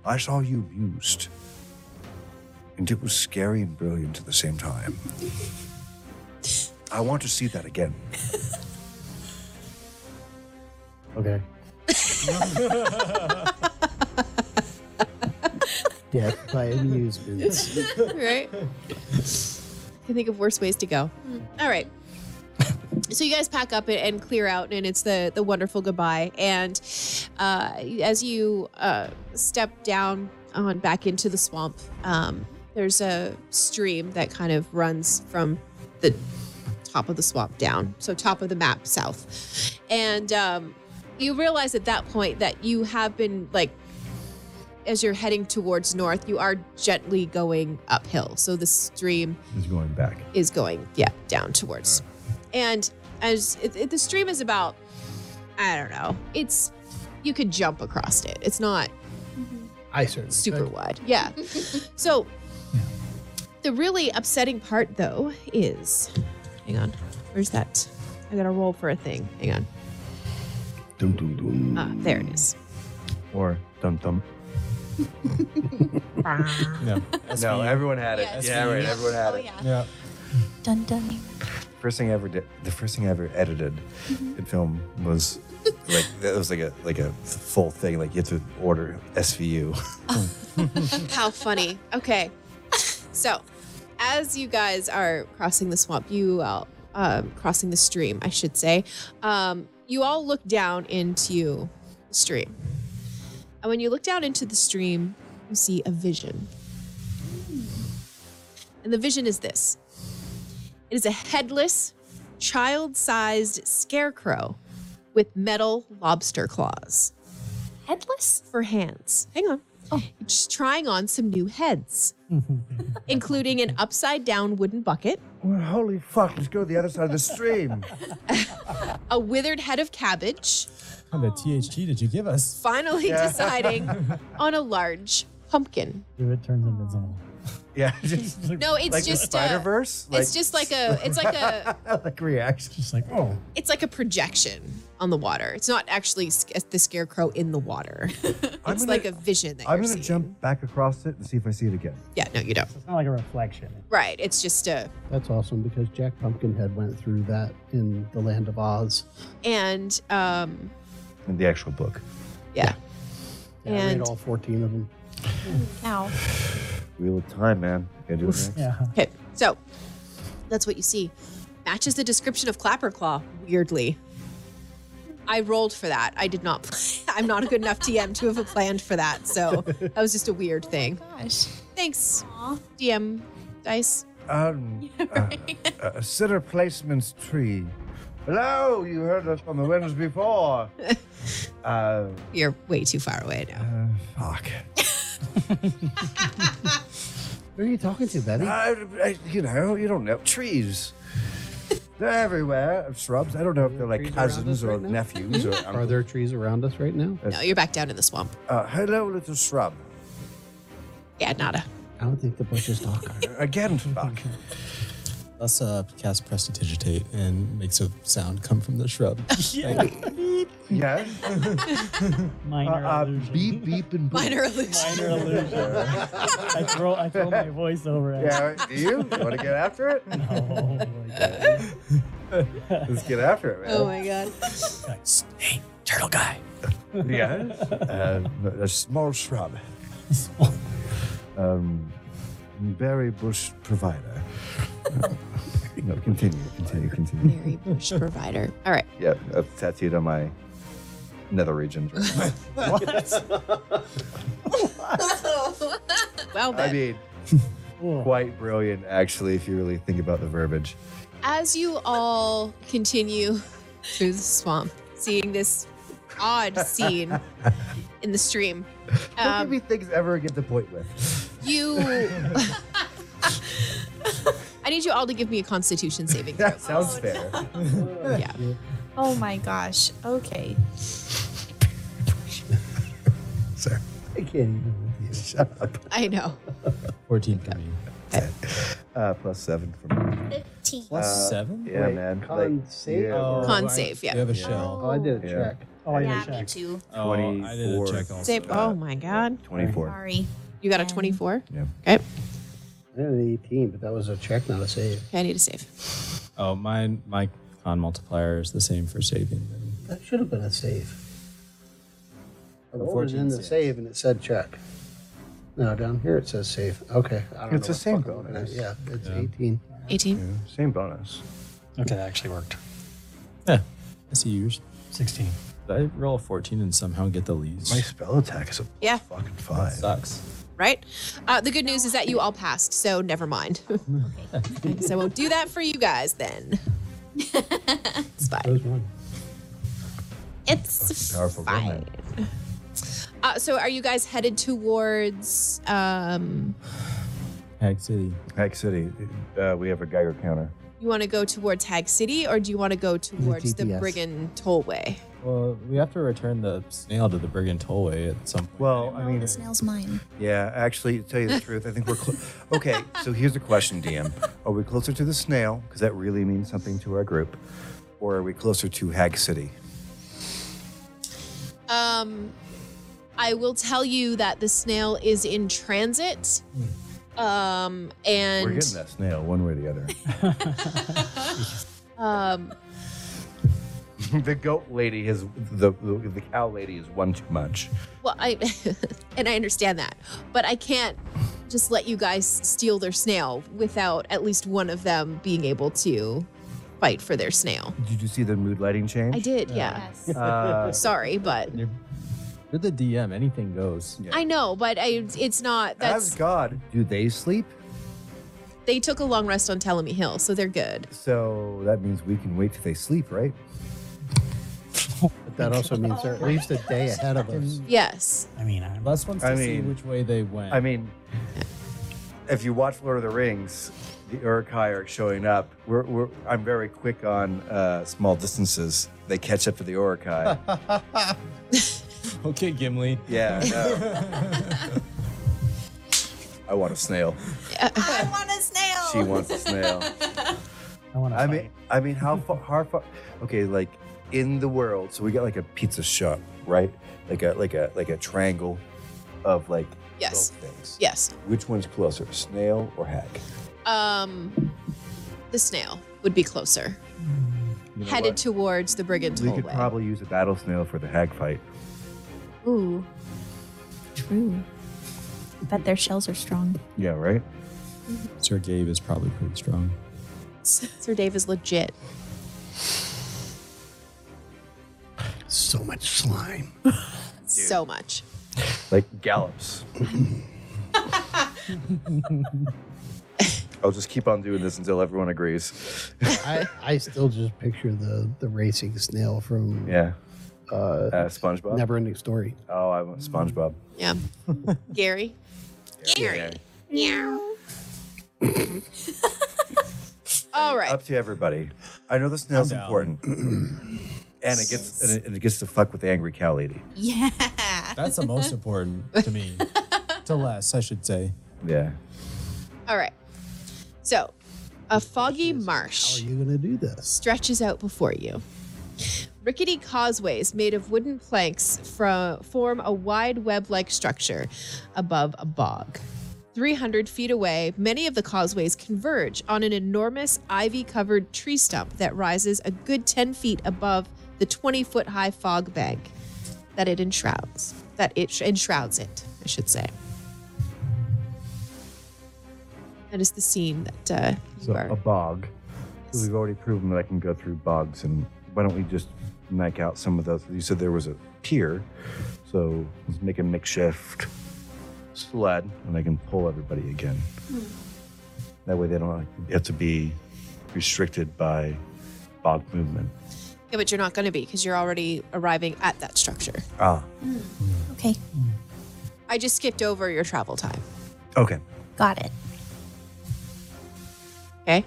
I saw you used, and it was scary and brilliant at the same time. I want to see that again. Okay. Death by amusement. Right? Can think of worse ways to go. All right. So you guys pack up and- and clear out, and it's the the wonderful goodbye. And uh, as you uh, step down on back into the swamp, um, there's a stream that kind of runs from the top of the swamp down, so top of the map south. And um, you realize at that point that you have been like as you're heading towards north, you are gently going uphill. So the stream He's going back. is going, yeah, down towards. And as it, it- the stream is about, I don't know, it's, you could jump across it. It's not I certainly super wide. Yeah. so the really upsetting part, though, is hang on, where's that? I got to roll for a thing. Hang on. Dum dum dum. Ah, there it is. Or dum dum. No. No, everyone had it. Yeah, Yeah, right. Everyone had Oh, it. yeah. Yeah. Dun dun. First thing I ever did, the first thing I ever edited Mm-hmm. in film was like that was like a like a full thing. Like you have to order SVU. How funny. Okay. So, as you guys are crossing the swamp, you all um, crossing the stream, I should say, um, you all look down into the stream. And when you look down into the stream, you see a vision. And the vision is this it is a headless, child sized scarecrow with metal lobster claws Headless? for hands. Hang on. It's Oh, trying on some new heads, including an upside down wooden bucket, Well, holy fuck, let's go to the other side of the stream. a withered head of cabbage, What kind of THT did you give us? finally deciding on a large pumpkin. Druid turns invisible. yeah, just like, No, it's like just a- Spider Verse. it's just like a it's like a like reaction. Just like, oh. it's like a projection on the water. It's not actually sc- uh, the scarecrow in the water. It's I'm gonna- like a vision that I'm you're seeing. gonna jump back across it and see if I see it again. Yeah, no, you don't. It's not like a reflection. Right. It's just a That's awesome because Jack Pumpkinhead went through that in the Land of Oz. and um In the actual book, yeah. Yeah, I read And- all 14 of them. Now, Wheel of Time, man. Gotta do it next. Yeah. Okay, so that's what you see. Matches the description of Clapperclaw, weirdly. I rolled for that. I did not. I'm not a good enough DM to have planned for that. So that was just a weird thing. gosh. Thanks, Aw. DM Dice. Um, uh, uh, sitter placements tree. Hello, you heard us on the windows before. uh, You're way too far away now. uh, fuck. Who are you talking to, Betty? I, I, you know, you don't know trees. They're everywhere. Shrubs. I don't know if they're like Trees around us cousins or right now? nephews or. Are there trees around us right now? No, you're back down in the swamp. Uh, hello, little shrub. Yeah, nada. I don't think the bushes talk. Again, fuck. Let's uh, cast Prestidigitate and makes a sound come from the shrub. Yes. Minor Uh, illusion. beep, beep, and boop. Minor illusion. Minor illusion. I throw I throw my voice over it. Yeah, do you? Want to get after it? Oh, my God. Let's get after it, man. Oh my god. hey, turtle guy. Yes. Uh, a small shrub. um, berry bush provider. No, continue, continue, continue. Very bush provider. All right. Yeah, i tattooed on my nether region. Well I then. mean, Cool. quite brilliant, actually, if you really think about the verbiage. as you all continue through the swamp, seeing this odd scene in the stream, Don't give um, me things ever get the point with. you. I need you all to give me a constitution saving throw. That sounds fair. Yeah. Oh my gosh. Okay. I can't even with you. Shut up. I know. 14 for me. Uh, plus seven from me. 15. Plus Uh, seven? Yeah, Wait, man. con save? Oh, Con I- save, yeah. You have a shell. Oh, I did a Yeah. check. Oh, I yeah, didn't me check. too. Oh, I did a 24. check also. Save. Oh my god. 24. Sorry. You got a Ten. 24? Yeah. Okay. I had an 18, but that was a check, not a save. Okay, I need a save. Oh, mine, my con multiplier is the same for saving. That should have been a save. I was in the save and it said check. No, down here it says save. Okay. I don't It's the know what same fuck I'm looking at. bonus. Yeah, it's 18. 18? Same bonus. Okay, that actually worked. Yeah, I see yours. 16. Did I roll a 14 and somehow get the leaves? My spell attack is a Yeah. fucking five. Sucks. right? Uh, the good news is that you all passed, so never mind. I guess I won't do that for you guys then. it's fine. Those one. It's powerful fine. Uh, so, are you guys headed towards? Um, Hag City. Hack City, uh, we have a Geiger counter. you want to go towards Hag City, or do you want to go towards the GPS. Brigand Tollway? Well, we have to return the snail to the Brigand Tollway at some point. Well, I mean, The snail's mine. yeah, actually, to tell you the truth, I think we're close. Okay, so here's the question, DM. Are we closer to the snail, because that really means something to our group, or are we closer to Hag City? Um, I will tell you that the snail is in transit. Um, and Hmm. We're getting that snail one way or the other. um, the goat lady is, the, the, the cow lady is one too much. Well, I and I understand that, but I can't just let you guys steal their snail without at least one of them being able to fight for their snail. Did you see the mood lighting change? I did, yeah. Yes. Uh, Sorry, but you're, you're the DM. Anything goes. Yeah. I know, but I, it's not. as That's God, do they sleep? they took a long rest on Telemy Hill, so they're good. So that means we can wait till they sleep, right? But that also means they're at least a day ahead of us. Yes, I mean, I'm Less wants I to see mean- which way they went. I mean, if you watch Lord of the Rings, the Urukai are showing up. We're, we're, I'm very quick on uh, small distances. They catch up to the Urukai. okay, Gimli. yeah. I know. I want a snail. I want a snail. She wants a snail. I want to I mean, I mean, how far? How far? Okay, like in the world, so we got like a pizza shop, right? Like a like a like a triangle of like yes, little things. yes. Which one's closer, snail or hag? Um, the snail would be closer, You know headed what? towards the Brigand Oh, We could Tollway. probably use a battle snail for the hag fight. Ooh. True. But their shells are strong. Yeah, right. Sir Gabe is probably pretty strong. Sir Dave is legit. So much slime. So much. Like gallops. I'll just keep on doing this until everyone agrees. I, I still just picture the, the racing snail from Yeah. uh, Uh, SpongeBob. Never Ending Story. Oh, I want SpongeBob. Yeah. Gary. Gary. All right. Up to everybody. I know the snail's down. important. and it gets and it, and it gets to fuck with the angry cow lady. Yeah. That's the most important to me. to Les, I should say. Yeah. All right. So, A foggy marsh How are you going to do this? stretches out before you. Rickety causeways made of wooden planks fro- form a wide web like structure above a bog. 300 feet away, many of the causeways converge on an enormous ivy covered tree stump that rises a good 10 feet above the 20 foot high fog bank that it enshrouds. That it sh- enshrouds it, I should say. That is the scene that uh, you So are. a bog. So we've already proven that I can go through bogs, and why don't we just make out some of those? You said there was a pier, so let's make a makeshift sled, and I can pull everybody again. That way, they don't have to be restricted by bog movement. Yeah, but you're not going to be because you're already arriving at that structure. Ah, Okay, I just skipped over your travel time. okay. got it. Okay.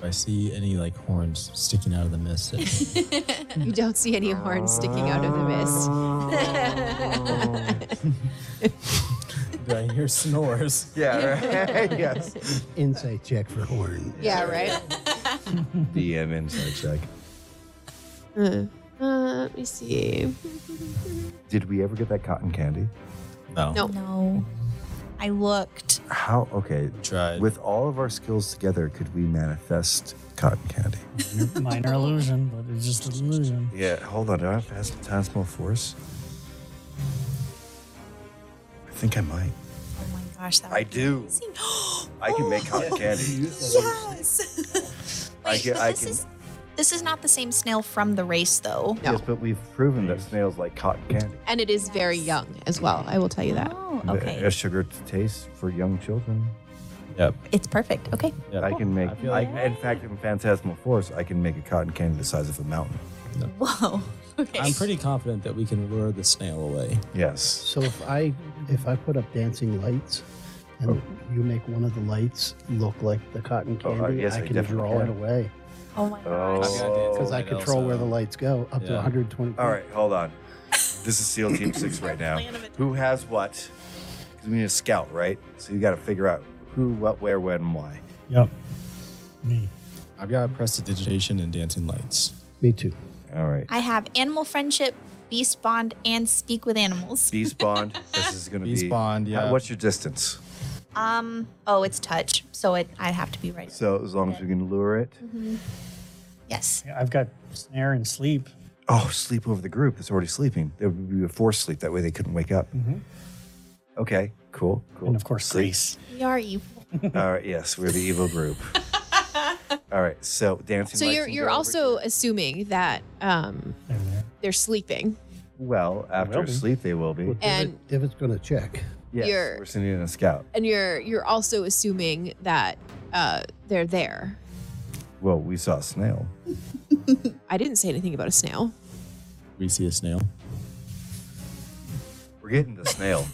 Do I see any like horns sticking out of the mist? You don't see any horns sticking out of the mist. Do I hear snores? Yeah, right. yes. Insight check for horn. Yeah, right? DM inside check. Uh, let me see. Did we ever get that cotton candy? No. No. No, I looked. How? Okay. Tried. With all of our skills together, could we manifest cotton candy? Minor illusion, but it's just an illusion. Yeah, hold on. Do I have phantasmal force? I think I might. Oh my gosh, that I would do. be amazing. Oh I can make cotton candy. yes. I Wait, can- but I this can- is this is not the same snail from the race though. No. Yes, but we've proven that snails like cotton candy. And it is very young as well. I will tell you that. Oh, The- okay. A sugar t- taste for young children. Yep. It's perfect. Okay. yep. I can make. I I feel like- in fact, in phantasmal force, I can make a cotton candy the size of a mountain. Whoa. Okay. I'm pretty confident that we can lure the snail away. Yes. So if I if I put up dancing lights and you make one of the lights look like the cotton Oh, uh, candy, yes, I I can definitely draw it can. away Oh my gosh. because I Right, control where Elsa. the lights go up to Yeah. 120. All right, hold on. This is SEAL Team Six right now. Who has what? 'Cause we need a scout, right? So you got to figure out who, what, where, when, and why. Yep. Me. I've got prestidigitation and dancing lights. Me too. All right. I have animal friendship, beast bond, and speak with animals. Beast bond. This is going to be. Beast bond, yeah. Uh, what's your distance? Um. Oh, it's touch, so it I have to be right. So as long as we can lure it. yes. Yeah, I've got snare and sleep. Oh, sleep over the group that's already sleeping. There would be a forced sleep. That way they couldn't wake up. Mm-hmm. Okay. Cool. Cool. And of course, Grace. We are evil. All right. Yes, we're the evil group. All right. So dancing. So lights you're can you're go over also assuming that um, They're there. they're sleeping. Well, Will after be. sleep, they will be. And- if it's going to check, Yes, You're- we're sending in a scout. And you're you're also assuming that uh, they're there. Well, we saw a snail. I didn't say anything about a snail. We see a snail. We're getting the snail.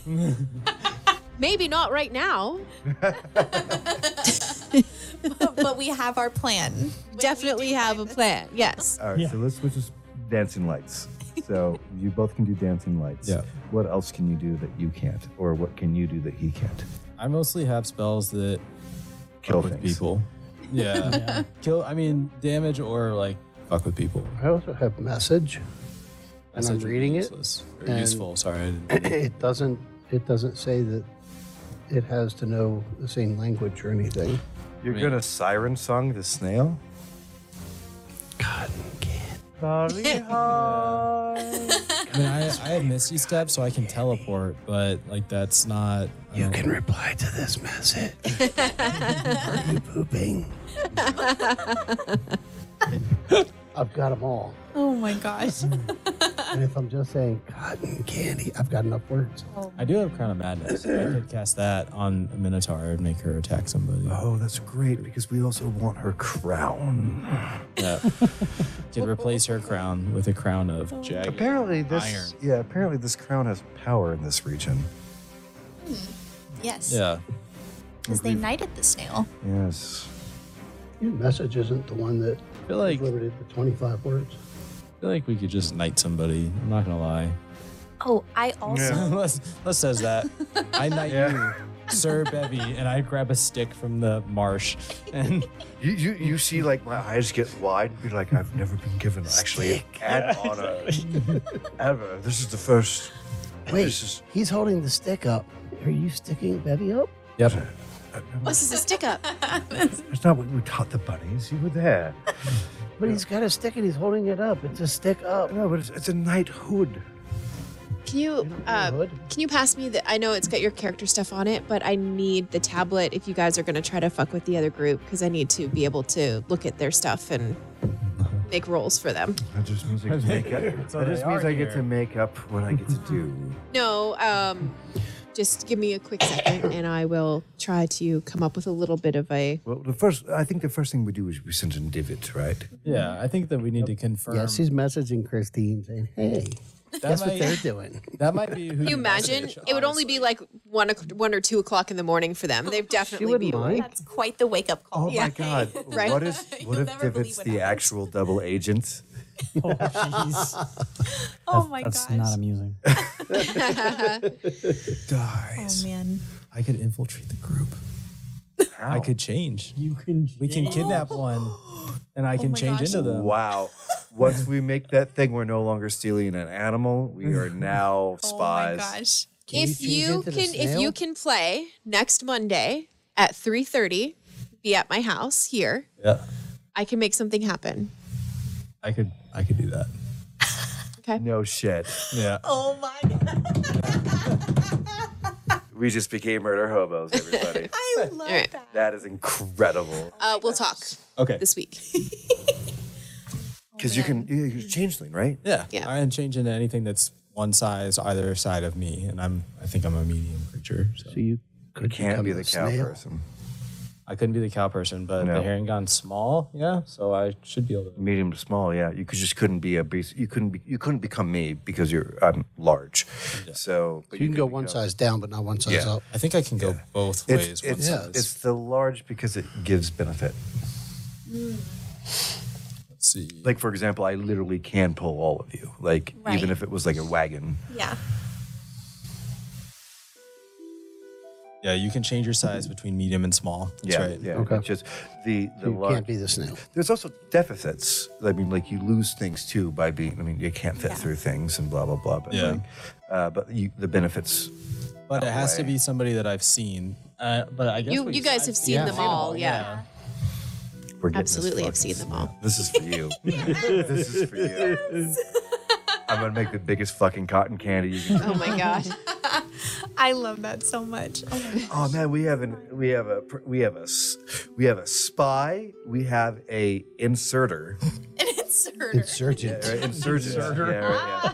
Maybe not right now. but we have our plan. Definitely have a plan. Yes. All right, Yeah. so let's switch to dancing lights. So you both can do dancing lights. Yeah. What else can you do that you can't, or what can you do that he can't? I mostly have spells that Kill fuck with things. people. Yeah. Kill, I mean, damage or like fuck with people. I also have message. And I'm Message would be reading it, useless. Or and- useful, sorry. I didn't read it. it doesn't it doesn't say that it has to know the same language or anything. You're gonna siren song the snail. I mean, I, I have Misty Step, so I can teleport, but like that's not. I You don't- can reply to this message. Are you pooping? I've got them all. Oh my gosh. And if I'm just saying cotton candy, I've got enough words. I do have Crown of Madness. I could cast that on a Minotaur and make her attack somebody. Oh, that's great because we also want her crown. Yeah. Could replace her crown with a crown of jagged. Apparently this, Iron. yeah, apparently this crown has power in this region. Yes. Yeah. Because they knighted the snail. Yes. Your message isn't the one that I feel like I limited to 25 words. feel like we could just knight somebody. I'm not gonna lie. Oh, I also Les, Les says that. I knight you. Sir Bevy, and I grab a stick from the marsh. And You, you, you see, like, my eyes get wide and be like, I've never been given actually an honor ever. This is the first. Wait, This is. he's holding the stick up. Are you sticking Bevy up? yep, This is a stick up. It's not what we taught the bunnies. You were there. But he's got a stick and he's holding it up. It's a stick up. No, but it's, it's a knighthood. Can you uh, can you pass me the? I know it's got your character stuff on it, but I need the tablet if you guys are going to try to fuck with the other group because I need to be able to look at their stuff and make rolls for them. That just means I get to make up. So that they just means are I get to here. make up what I get to do. No, um, just give me a quick second, and I will try to come up with a little bit of a. Well, the first, I think the first thing we do is we send in Divot, right? yeah, I think that we need to confirm. Yes, he's messaging Christine saying, "Hey, that, what they're might, doing." that might be who Can you imagine? message, It would only be honestly. like one, o- one or two o'clock in the morning for them. They've definitely be awake. That's quite the wake up call. Oh my God! Right. What if what if never believe Divot's what the happens. actual double agent? Oh, jeez. Oh my That's gosh. not amusing. oh Dies. man. I could infiltrate the group. I could change. You can. We can kidnap one, and Oh I can my change gosh. into them. Wow! Once we make that thing, we're no longer stealing an animal. We are now spies. Oh my gosh. if you into the can if you snail? can play next monday at 3.30 be at my house here Yeah, i can make something happen I could. I could do that. No shit. Yeah. Oh my god. We just became murder hobos, everybody. I love right. that. that is incredible. uh, we'll talk Okay. this week Oh, Because you can you- you're changeling, right? Yeah. Yeah. I can change into anything that's one size either side of me, and I'm. I think I'm a medium creature. So. So you could Can't become be a the cow snail. person. I couldn't be the cow person, but No. the herring small. Yeah, so I should be able to. Medium to small, yeah. You could just couldn't be a beast. You couldn't be, you couldn't become me because you're I'm large. So but You can could go one become- size down, but not one size Yeah. up. I think I can go both ways. It's it's, once I- it's the large because it gives benefit. let's see. Like for example, I literally can pull all of you. Like Right. even if it was like a wagon. Yeah. yeah, you can change your size between medium and small. That's yeah, right. yeah. Okay. it's Just the the You large. can't be the snail. There's also deficits. I mean, like you lose things too by being. I mean, you can't fit through things and blah blah blah. But Yeah. like, uh, but you, the benefits. But it has to be somebody that I've seen. Uh, but I guess you we- you guys have seen yeah. them all yeah, We're getting this absolutely i've fucking- seen them all This is for you. this is for you. I'm gonna make the biggest fucking cotton candy you can. oh my god I love that so much. Oh my Oh man, we have an we have a pr- we have a s- we have a spy. We have a inserter. An inserter. Insurgent. Right, insurgent. Yeah, right,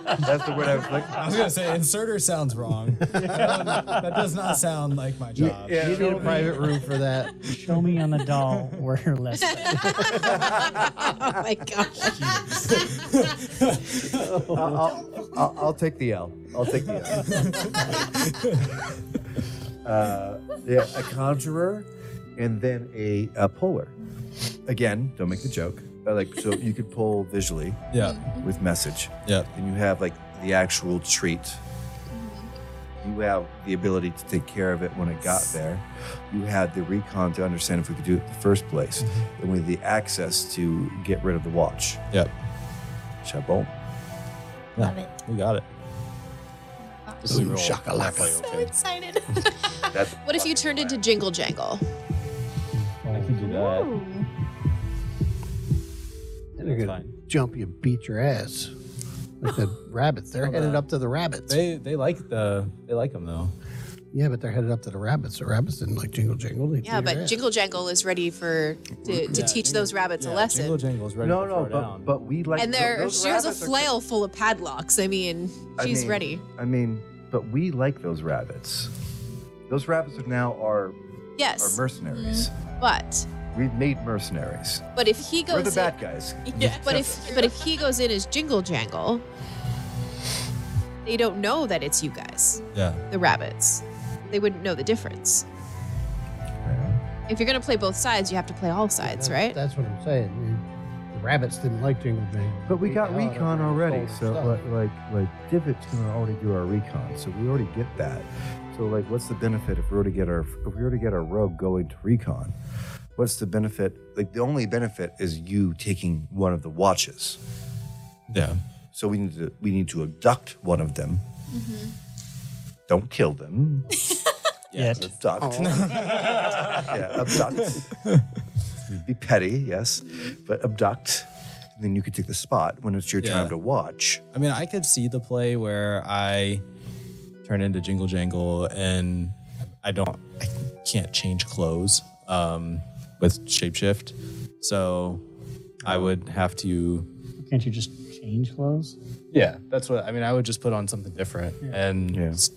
yeah. That's the word I was looking. I was gonna say inserter sounds wrong. that does not sound like my job. You need a private room for that. Show me on the doll where less. oh my gosh I'll, I'll, I'll take the L. I'll take the L. uh, yeah, a conjurer, and then a, a puller. Again, don't make the joke. But like, so you could pull visually Yeah, with message. yeah. Then you have like the actual treat. You have the ability to take care of it when it got there. You had the recon to understand if we could do it in the first place. And we had the access to get rid of the watch. Yep. Chabon. Love it. We got it. Boom, shakalaka. So excited. That's what if you turned into jingle jangle I can do that. They're That's gonna fine. jump you, beat your ass like the rabbits. They're headed up to the rabbits. They they like the they like them though. Yeah, but they're headed up to the rabbits. The rabbits didn't like jingle jingle. They yeah beat your but ass. jingle jangle is redy for to, to teach those rabbits a Yeah, lesson Jingle jangle's ready No, to no, throw down. but, but we like. and tho- there those she has a rabbits are- flail full of padlocks i mean I she's mean- ready I mean, but we like those rabbits. Those rabbits are now our, our yes mercenaries. but We've made mercenaries. but if he goes We're the in- bad guys. yeah. But if but if he goes in as Jingle Jangle, they don't know that it's you guys, yeah, the rabbits. They wouldn't know the difference. If you're gonna play both sides, you have to play all sides, That's- right? That's what I'm saying. You- rabbits didn't like Jingle Jangle. But we got They got recon it. already, Sold so stuff. like, like like Divot's gonna already do our recon, so we already get that. So like, what's the benefit if we already get our if we already get our rogue going to recon? What's the benefit? Like the only benefit is you taking one of the watches. Yeah. So we need to we need to abduct one of them. Mm-hmm. Don't kill them. Yet. Abduct. yeah, abduct. Be petty, yes, but abduct. And then you could take the spot when it's your Yeah. time to watch. I mean, I could see the play where I turn into Jingle Jangle and I don't, I can't change clothes um, with shapeshift. So I would have to. Can't you just change clothes? Yeah, that's what I mean. I would just put on something different and s-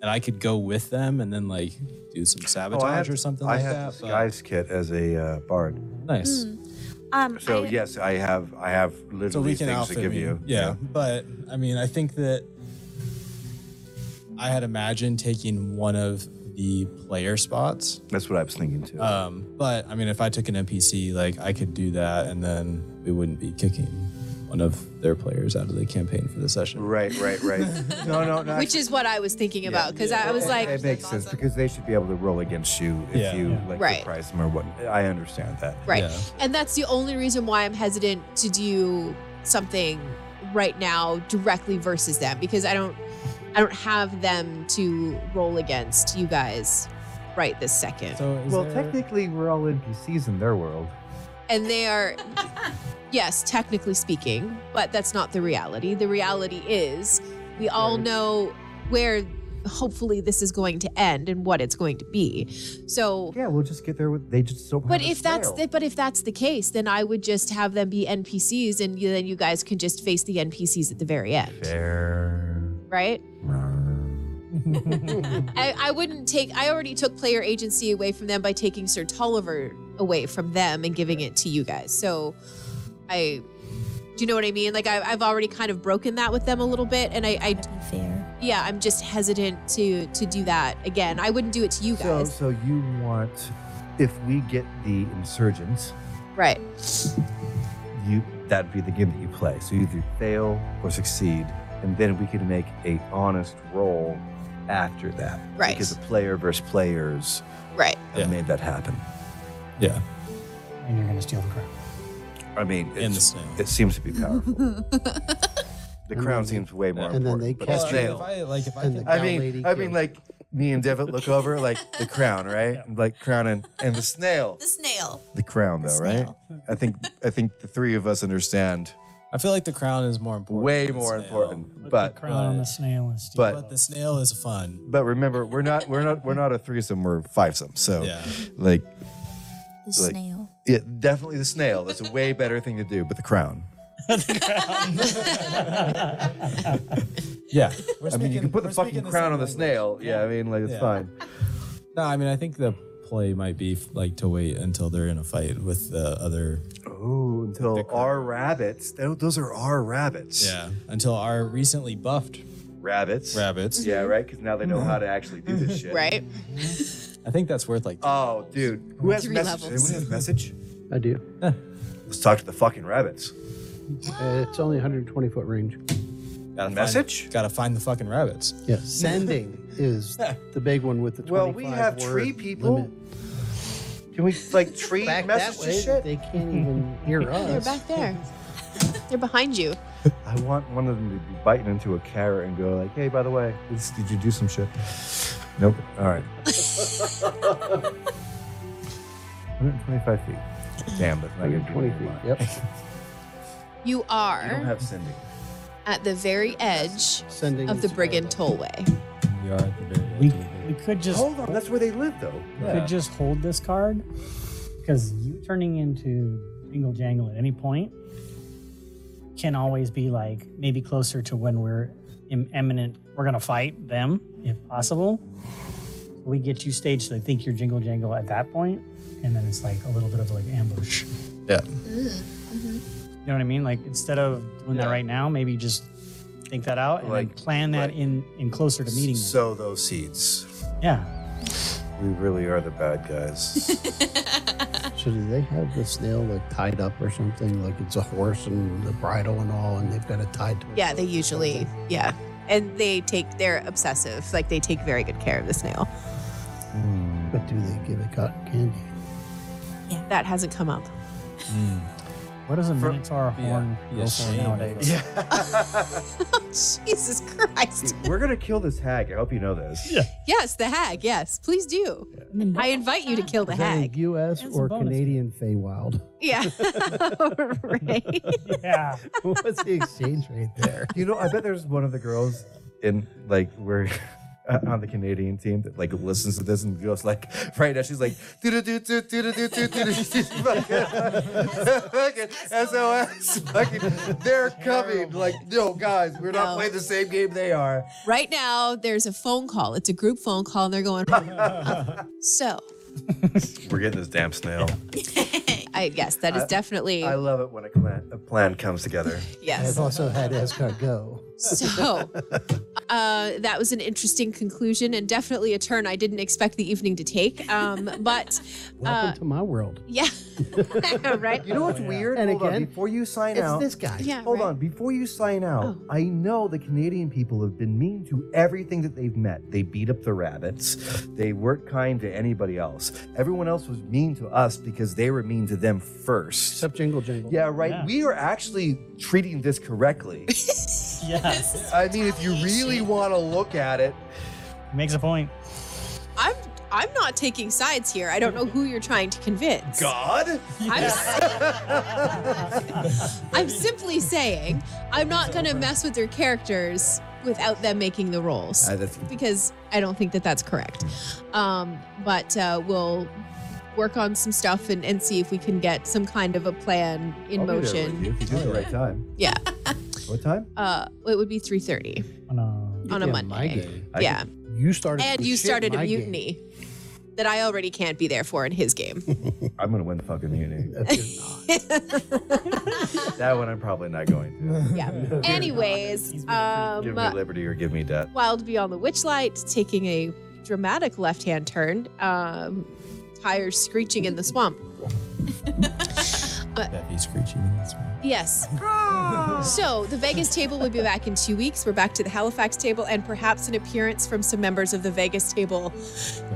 and I could go with them and then like do some sabotage or something Oh, I like have that. but- disguise kit as a uh, bard. nice. Um, So I- yes, I have I have literally so we can things to outfit give me. you. Yeah, but I mean, I think that I had imagined taking one of the player spots, That's what I was thinking too. um, but I mean, if I took an NPC, like I could do that, and then we wouldn't be kicking one of their players out of the campaign for the session. right, right, right. no, no, no. Which is what I was thinking about because I was like, it makes sense because they should be able to roll against you if Yeah. you like Right. surprise them or what. I understand that. Right. Yeah. And that's the only reason why I'm hesitant to do something right now directly versus them because I don't I don't have them to roll against you guys right this second. So is well, there- technically, we're all NPCs in their world. and they are yes, technically speaking, but that's not the reality. The reality is we all know where hopefully this is going to end and what it's going to be. So Yeah, we'll just get there with. They just don't. But have a if that's snail. the, but if that's the case, then I would just have them be NPCs, and you, then you guys can just face the NPCs at the very end, Fair. right? I, I wouldn't take. I already took player agency away from them by taking Sir Tolliver away from them and giving it to you guys. So, I, do you know what I mean? Like I, I've already kind of broken that with them a little bit, and I, I, That'd be fair. yeah, I'm just hesitant to to do that again. I wouldn't do it to you So, guys, so you want, if we get the insurgents, right? you that'd be the game that you play. So you either fail or succeed, and then we could make a honest roll after that. Right. Because the player versus players Right. have Yeah. made that happen. yeah, And you're going to steal the crown. I mean, in the it's, snail. it seems to be powerful. the crown seems way more And then important. they but the Well, catch you. if snail. I like, if I And could the I Crown mean, lady I mean, killed. like me and Devitt look over, like the crown, right? Like crown and, and the snail. The snail. The crown, though, right? I think I think the three of us understand I feel like the crown is more important. way than the more snail. important. the But crown on the snail and steal. but- But the snail is fun. but remember, we're not we're not we're not a threesome. We're a fivesome. So Yeah. like, The Like- snail. yeah, definitely the snail. That's a way better thing to do. But the crown. Yeah. I mean, you can put the fucking crown on the snail. Yeah, I mean, like it's Yeah. fine. No, I mean, I think the play might be like to wait until they're in a fight with the other. Oh, until our rabbits. tho- Those are our rabbits. Until our recently buffed Rabbits. rabbits. Yeah, right. Because now they know how to actually do this shit. Right. I think that's worth like. Oh, dude. Who has Three message? levels. Anyone has message? I do. Let's talk to the fucking rabbits. Uh, it's only 120 foot range. gotta find- message? gotta find the fucking rabbits. Yeah, sending is the big one with the 25 Well, we have word tree people. limit. Can we like tree Back that way, messages shit? they can't even hear They're us. back there. They're behind you. I want one of them to be biting into a carrot and go like, "Hey, by the way, this, did you do some shit?" Nope. All right. 125 feet. Damn, but like 120 feet. Yep. You You don't are have sending. at the very edge Sending of the is- Brigand Tollway. We are at the very We, end of we the- could just Hold on, that's where they live though. we could just hold this card because you turning into Jingle Jangle at any point can always be like maybe closer to when we're im- imminent. We're gonna fight them if possible. We get you staged so they think you're Jingle Jangle at that point, and then it's like a little bit of like ambush. Yeah. mm-hmm. You know what I mean? Like instead of doing that Yeah. right now, maybe just think that out and Like- then plan that like- in in closer to meeting. them. Sow those seeds. yeah. We really are the bad guys. So do they have the snail like tied up or something? Like it's a horse and the bridle and all, and they've got it tied to it. Yeah, they usually, yeah. And they take, they're obsessive. Like they take very good care of the snail. But do they give it cotton candy? That hasn't come up. What does a For- minotaur yeah, horn yeah, go for shame. nowadays? Yeah. Jesus Christ. We're gonna kill this hag. I hope you know this. Yeah. Yes, the hag. Yes, please do. I invite you to kill the Is that a hag. U.S. That's a or bonus. Canadian Feywild? Yeah. right. Yeah. What's the exchange rate there? You know, I bet there's one of the girls in like where on the Canadian team that like listens to this and goes like right now she's like do do do do do do do do SOS. Fucking, they're coming. Like, no, guys, we're No. not playing the same game they are. Right now, there's a phone call. It's a group phone call, and they're going. so, We're getting this damn snail. I guess that is definitely I love it when a plan, a plan comes together. yes. I've also had escargot. So, uh, that was an interesting conclusion, and definitely a turn I didn't expect the evening to take. Um, but Welcome Uh, to my world. yeah, right. You know what's weird? And Hold again, on, before you sign It's out. this guy. Yeah. Hold right. on, before you sign out, Oh. I know the Canadian people have been mean to everything that they've met. They beat up the rabbits, they weren't kind to anybody else. Everyone else was mean to us because they were mean to them first. Except Jingle Jingle. yeah, right. Yeah. We are actually treating this correctly. Yeah. I mean, if you really want to look at it, Makes a point. I'm I'm not taking sides here. I don't know who you're trying to convince. God. I'm, I'm simply saying I'm not going to mess with their characters without them making the rolls Uh, that's- because I don't think that that's correct. Um, but uh, we'll work on some stuff and, and see if we can get some kind of a plan in I'll be there with motion. you if you do it the right time. Yeah. What time? Uh, it would be 3:30 On Uh, a- on a Yeah, Monday. My game. I yeah, You started. and the you shit started a my game. mutiny that I already can't be there for in his game. I'm going to win the fucking mutiny. If you're not. that one I'm probably not going to. Yeah. Anyways, Give um, me liberty or give me death. Wild Beyond the Witchlight, taking a dramatic left hand turn, um, tires screeching in the swamp. That be screeching. That's right. Yes. so the Vegas table will be back in two weeks. We're back to the Halifax table and perhaps an appearance from some members of the Vegas table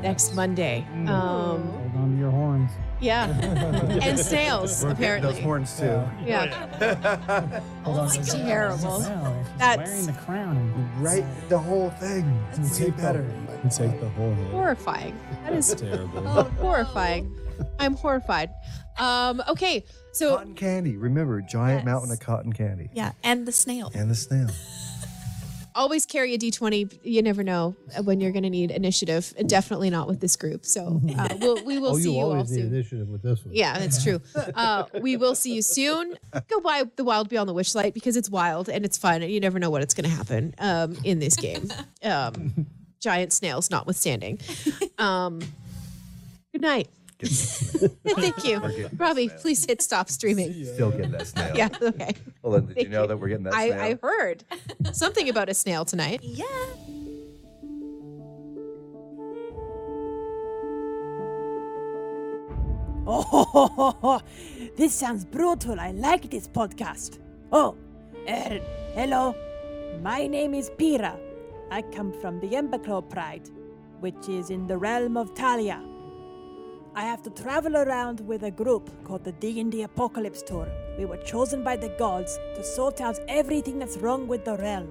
next Monday. Um, Hold on to your horns. yeah. and snails, We're getting apparently. Those horns, too. yeah. Hold on to That's your terrible. Wow, she's That's- wearing the crown. Right? The whole thing. It's way better. You take the whole hit. Horrifying. That That's is terrible. horrifying. I'm horrified. Um, okay. So Cotton candy. Remember, giant Yes. mountain of cotton candy. Yeah, and the snail. And the snail. always carry a d20 you never know when you're going to need initiative and definitely not with this group so uh, we'll, we will oh, see you you, all always need soon initiative with this one. yeah that's true uh, we will see you soon go buy the wild beyond the witchlight because it's wild and it's fun and you never know what it's going to happen um, in this game um, giant snails notwithstanding um, good night thank you robbie please hit stop streaming Still getting that snail. yeah okay Well, then, did you Thank know you. that we're getting that I, snail? I heard something about a snail tonight Yeah. Oh, this sounds brutal. I like this podcast. Oh, er, hello. My name is Pira. I come from the Emberclaw Pride, which is in the realm of Talia. I have to travel around with a group called the D&D Apocalypse Tour. We were chosen by the gods to sort out everything that's wrong with the realm.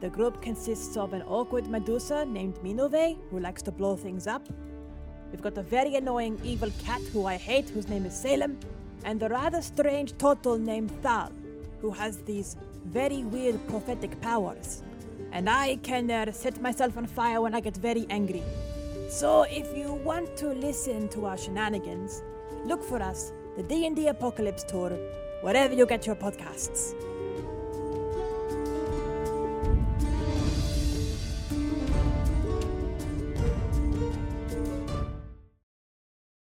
The group consists of an awkward Medusa named Minove, who likes to blow things up, We've got a very annoying evil cat who I hate, whose name is Salem, and a rather strange turtle named Thal, who has these very weird prophetic powers. And I can uh, set myself on fire when I get very angry. So if you want to listen to our shenanigans, look for us, the D&D Apocalypse Tour, wherever you get your podcasts.